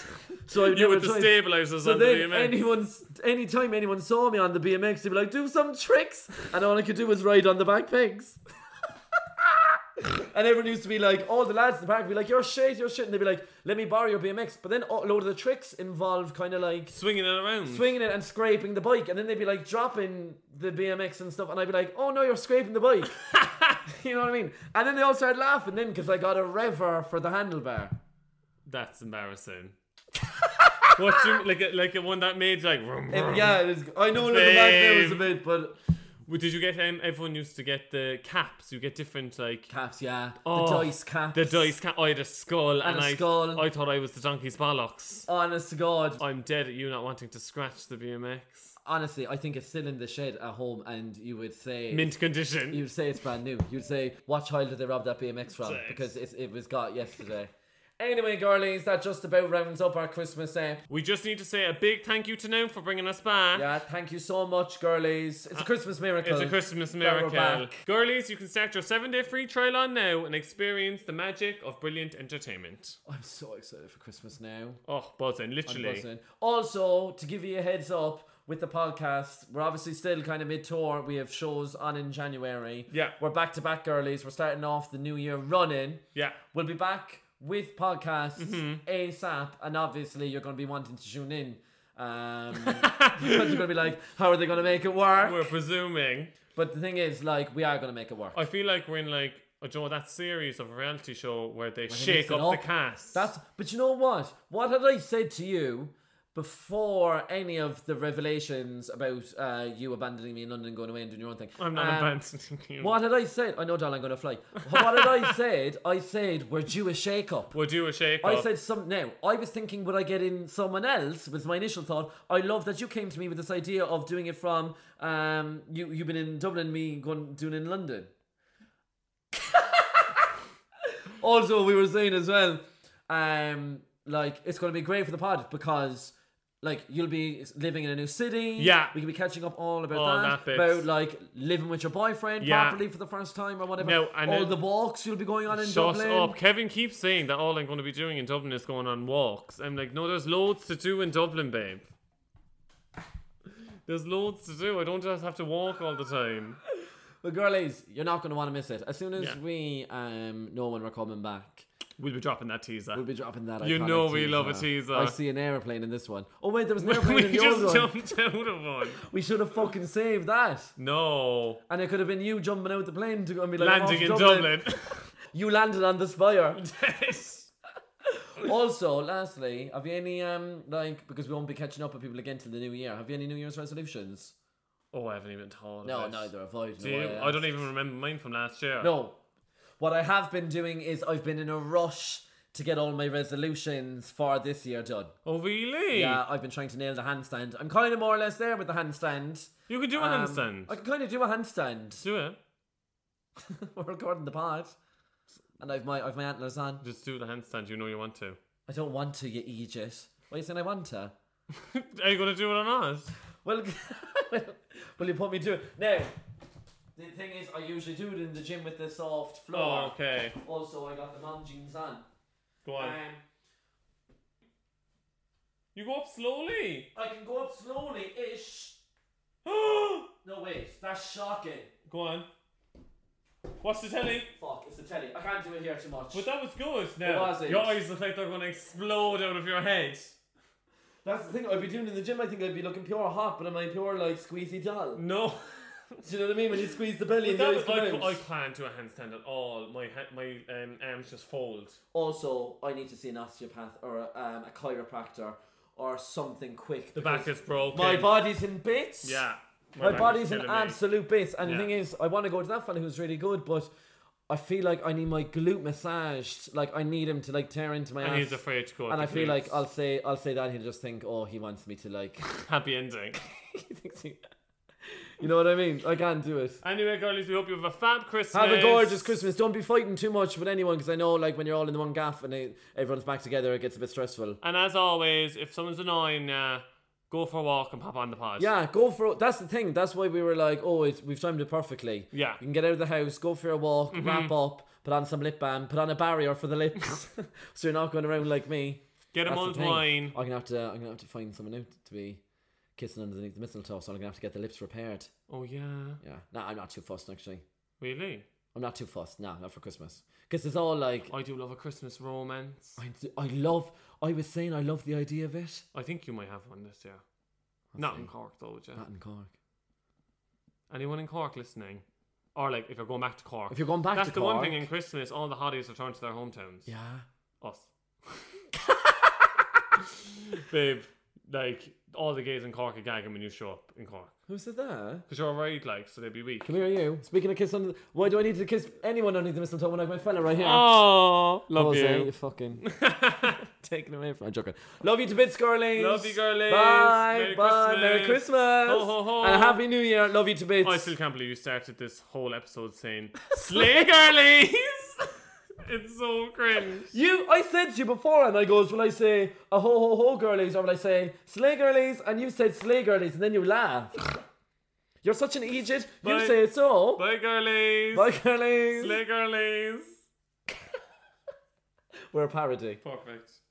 Speaker 2: so I
Speaker 1: you
Speaker 2: never
Speaker 1: with the
Speaker 2: tried.
Speaker 1: stabilizers
Speaker 2: So
Speaker 1: on the
Speaker 2: then
Speaker 1: BMX.
Speaker 2: anyone, anytime anyone saw me on the BMX, they'd be like, "Do some tricks," and all I could do was ride on the back pegs. and everyone used to be like, all the lads in the park would be like, "You're shit, you're shit," and they'd be like, "Let me borrow your BMX." But then a load of the tricks involved kind of like
Speaker 1: swinging it around.
Speaker 2: swinging it and scraping the bike, and then they'd be like dropping the BMX and stuff, and I'd be like, "Oh no, you're scraping the bike." you know what I mean? And then they all started laughing then because I got a rever for the handlebar.
Speaker 1: That's embarrassing. what you like? a- Like a one that made like. Vroom,
Speaker 2: And
Speaker 1: vroom.
Speaker 2: yeah, it is, I know looking back there was a
Speaker 1: Same.
Speaker 2: bit, but.
Speaker 1: Well, Did you get? Um, everyone used to get the caps. You get different like.
Speaker 2: Caps, yeah.
Speaker 1: Oh,
Speaker 2: the dice caps.
Speaker 1: The dice cap. I had a skull, and,
Speaker 2: a
Speaker 1: I
Speaker 2: skull.
Speaker 1: I thought I was the donkey's bollocks.
Speaker 2: Honest to God.
Speaker 1: I'm dead at you not wanting to scratch the BMX.
Speaker 2: Honestly, I think it's still in the shed at home, and you would say.
Speaker 1: Mint condition.
Speaker 2: You'd say it's brand new. You'd say, what child did they rob that BMX from?
Speaker 1: Jeez.
Speaker 2: Because it, it was got yesterday. anyway, girlies, that just about rounds up our Christmas eh? day.
Speaker 1: we just need to say a big thank you to Noom for bringing us back.
Speaker 2: Yeah, thank you so much, girlies. It's a Christmas miracle.
Speaker 1: It's a Christmas
Speaker 2: that we're
Speaker 1: miracle.
Speaker 2: back.
Speaker 1: Girlies, you can start your seven day free trial on now and experience the magic of brilliant entertainment.
Speaker 2: I'm so excited for Christmas now.
Speaker 1: Oh, buzzing,
Speaker 2: I'm
Speaker 1: literally.
Speaker 2: buzzing. Also, to give you a heads up with the podcast, we're obviously still kind of mid tour. We have shows on in January.
Speaker 1: Yeah.
Speaker 2: We're back to back, girlies. We're starting off the new year running.
Speaker 1: Yeah. Mm-hmm.
Speaker 2: We'll be back with podcasts ASAP, and obviously, you're going to be wanting to tune in. Um, because you're going to be like, how are they going to make it work?
Speaker 1: We're presuming.
Speaker 2: but the thing is, like, we are going to make it work.
Speaker 1: I feel like we're in like, oh, do you know that series of a reality show where they
Speaker 2: mix
Speaker 1: shake
Speaker 2: it
Speaker 1: up,
Speaker 2: up.
Speaker 1: the cast?
Speaker 2: That's but you know what? What had I said to you before any of the revelations about uh, you abandoning me in London and going away and doing your own thing?
Speaker 1: I'm not
Speaker 2: Um,
Speaker 1: abandoning you.
Speaker 2: What had I said? I know, darling, I'm gonna fly. What had I said? I said we're due a shake up.
Speaker 1: We'll do a shake up.
Speaker 2: I said some. Now I was thinking, would I get in someone else? Was my initial thought. I love that you came to me with this idea of doing it from um you you've been in Dublin, me going doing it in London. also, we were saying as well, um, like it's going to be great for the pod because Like you'll be living in a new city.
Speaker 1: Yeah.
Speaker 2: we can be catching up all about that.
Speaker 1: All that bit.
Speaker 2: about like living with your boyfriend
Speaker 1: Yeah.
Speaker 2: properly for the first time or whatever.
Speaker 1: No, and
Speaker 2: all
Speaker 1: it-
Speaker 2: the walks you'll be going on in
Speaker 1: Shut
Speaker 2: Dublin.
Speaker 1: up. Kevin keeps saying that all I'm going to be doing in Dublin is going on walks. I'm like, no, there's loads to do in Dublin, babe. There's loads to do. I don't just have to walk all the time.
Speaker 2: But girlies, you're not going to want to miss it. As soon as
Speaker 1: Yeah.
Speaker 2: we um know when we're coming back,
Speaker 1: We'll be dropping that teaser.
Speaker 2: we'll be dropping that.
Speaker 1: You
Speaker 2: iconic
Speaker 1: know we love a teaser.
Speaker 2: I see an airplane in this one. Oh wait, there was an airplane
Speaker 1: we
Speaker 2: in the other
Speaker 1: just
Speaker 2: one.
Speaker 1: jumped out of one.
Speaker 2: We should have fucking saved that.
Speaker 1: No.
Speaker 2: And it could have been you jumping out the plane to go and be like, I'm off
Speaker 1: Landing
Speaker 2: to
Speaker 1: in Dublin.
Speaker 2: You landed on this fire.
Speaker 1: yes.
Speaker 2: also, lastly, have you any um like because we won't be catching up with people again till the new year? Have you any New Year's resolutions?
Speaker 1: Oh, I haven't even told
Speaker 2: No, neither have I.
Speaker 1: Do you, I don't even remember mine from last year.
Speaker 2: No. What I have been doing is I've been in a rush to get all my resolutions for this year done.
Speaker 1: Oh, really?
Speaker 2: Yeah, I've been trying to nail the handstand. I'm kind of more or less there with the handstand.
Speaker 1: You could do a
Speaker 2: Um,
Speaker 1: handstand.
Speaker 2: I can kind of do a handstand.
Speaker 1: Do it.
Speaker 2: We're recording the pod, and I've my I've my antlers on.
Speaker 1: Just do the handstand. You know you want to.
Speaker 2: I don't want to, you idiot. Why are you saying I want to?
Speaker 1: Are you going to do it or not?
Speaker 2: Well, will you put me to it? Now, the thing is, I usually do it in the gym with the soft
Speaker 1: Oh,
Speaker 2: floor.
Speaker 1: okay.
Speaker 2: Also, I got the mom jeans on.
Speaker 1: Go
Speaker 2: Um,
Speaker 1: on. You go up slowly.
Speaker 2: I can go up slowly ish. No, wait, that's shocking.
Speaker 1: go on. Watch the telly.
Speaker 2: Fuck, it's the telly. I can't do it here too much.
Speaker 1: But that was good. Now
Speaker 2: was it?
Speaker 1: your eyes look like they're going to explode out of your head.
Speaker 2: That's the thing I'd be doing in the gym. I think I'd be looking pure hot, but am I pure like squeezy doll?
Speaker 1: No.
Speaker 2: Do you know what I mean? When you squeeze the belly
Speaker 1: But
Speaker 2: and the
Speaker 1: that
Speaker 2: eyes
Speaker 1: was
Speaker 2: come
Speaker 1: like,
Speaker 2: out.
Speaker 1: I can't do a handstand at all. My ha- my um, arms just fold.
Speaker 2: Also, I need to see an osteopath or a, um, a chiropractor or something quick.
Speaker 1: The back is broken.
Speaker 2: My body's in bits.
Speaker 1: Yeah.
Speaker 2: My,
Speaker 1: back is
Speaker 2: body's in
Speaker 1: killing me.
Speaker 2: absolute bits. And
Speaker 1: Yeah.
Speaker 2: the thing is, I want to go to that fella who's really good, but I feel like I need my glute massaged. Like I need him to like tear into my
Speaker 1: And
Speaker 2: ass.
Speaker 1: he's afraid to go.
Speaker 2: and
Speaker 1: to
Speaker 2: I feel like
Speaker 1: glutes.
Speaker 2: I'll say I'll say that and he'll just think, oh, he wants me to like.
Speaker 1: happy ending.
Speaker 2: he thinks he... You know what I mean? I can't do it.
Speaker 1: Anyway, girlies, we hope you have a fab Christmas.
Speaker 2: Have a gorgeous Christmas. Don't be fighting too much with anyone because I know, like, when you're all in the one gaff and they, everyone's back together, it gets a bit stressful.
Speaker 1: And as always, if someone's annoying, uh, go for a walk and pop on the pod.
Speaker 2: Yeah, go for that's the thing. That's why we were like, oh, it's, we've timed it perfectly.
Speaker 1: Yeah. Mm-hmm.
Speaker 2: you can get out of the house, go for a walk, wrap up, put on some lip balm, put on a barrier for the lips, so you're not going around like me.
Speaker 1: Get a
Speaker 2: That's the
Speaker 1: mulled
Speaker 2: thing.
Speaker 1: wine.
Speaker 2: I'm gonna have to. I'm gonna have to find someone out to be kissing underneath the mistletoe, so I'm gonna have to get the lips repaired.
Speaker 1: Oh yeah.
Speaker 2: Yeah, no, I'm not too fussed actually.
Speaker 1: Really?
Speaker 2: I'm not too fussed. No, not for Christmas because it's all like
Speaker 1: I do love a Christmas romance.
Speaker 2: I, I love. I was saying I love the idea of it.
Speaker 1: I think you might have one this year. Not in
Speaker 2: Hopefully.
Speaker 1: Cork though, would you?
Speaker 2: Not in Cork.
Speaker 1: Anyone in Cork listening? Or like if you're going back to Cork.
Speaker 2: If you're going back
Speaker 1: That's
Speaker 2: to
Speaker 1: the one
Speaker 2: Cork-
Speaker 1: thing in Christmas, all the hotties return to their hometowns.
Speaker 2: Yeah.
Speaker 1: Us. Babe, like all the gays in Cork are gagging when you show up in Cork.
Speaker 2: Who said that?
Speaker 1: Because you're right, like, so they'd be weak.
Speaker 2: Come here, you. Speaking of kiss under, the, why do I need to kiss anyone underneath the mistletoe when I've my fella right here?
Speaker 1: Oh, love
Speaker 2: Jose,
Speaker 1: you.
Speaker 2: fucking taking away from. I'm joking. Love you to bits, girlies.
Speaker 1: Love you, girlies.
Speaker 2: Bye,
Speaker 1: Merry
Speaker 2: bye. Merry
Speaker 1: Christmas.
Speaker 2: Christmas.
Speaker 1: Ho, ho, ho.
Speaker 2: And a happy New Year. Love you to bits.
Speaker 1: I still can't believe you started this whole episode saying Slay girlies! it's so cringe.
Speaker 2: you, I said to you before, and I goes, will I say a ho ho ho girlies, or will I say slay girlies? And you said slay girlies, and then you laughed. You're such an idiot.
Speaker 1: Bye.
Speaker 2: You say it so.
Speaker 1: Bye girlies!
Speaker 2: Bye, girlies.
Speaker 1: Slay girlies!
Speaker 2: We're a parody.
Speaker 1: Perfect.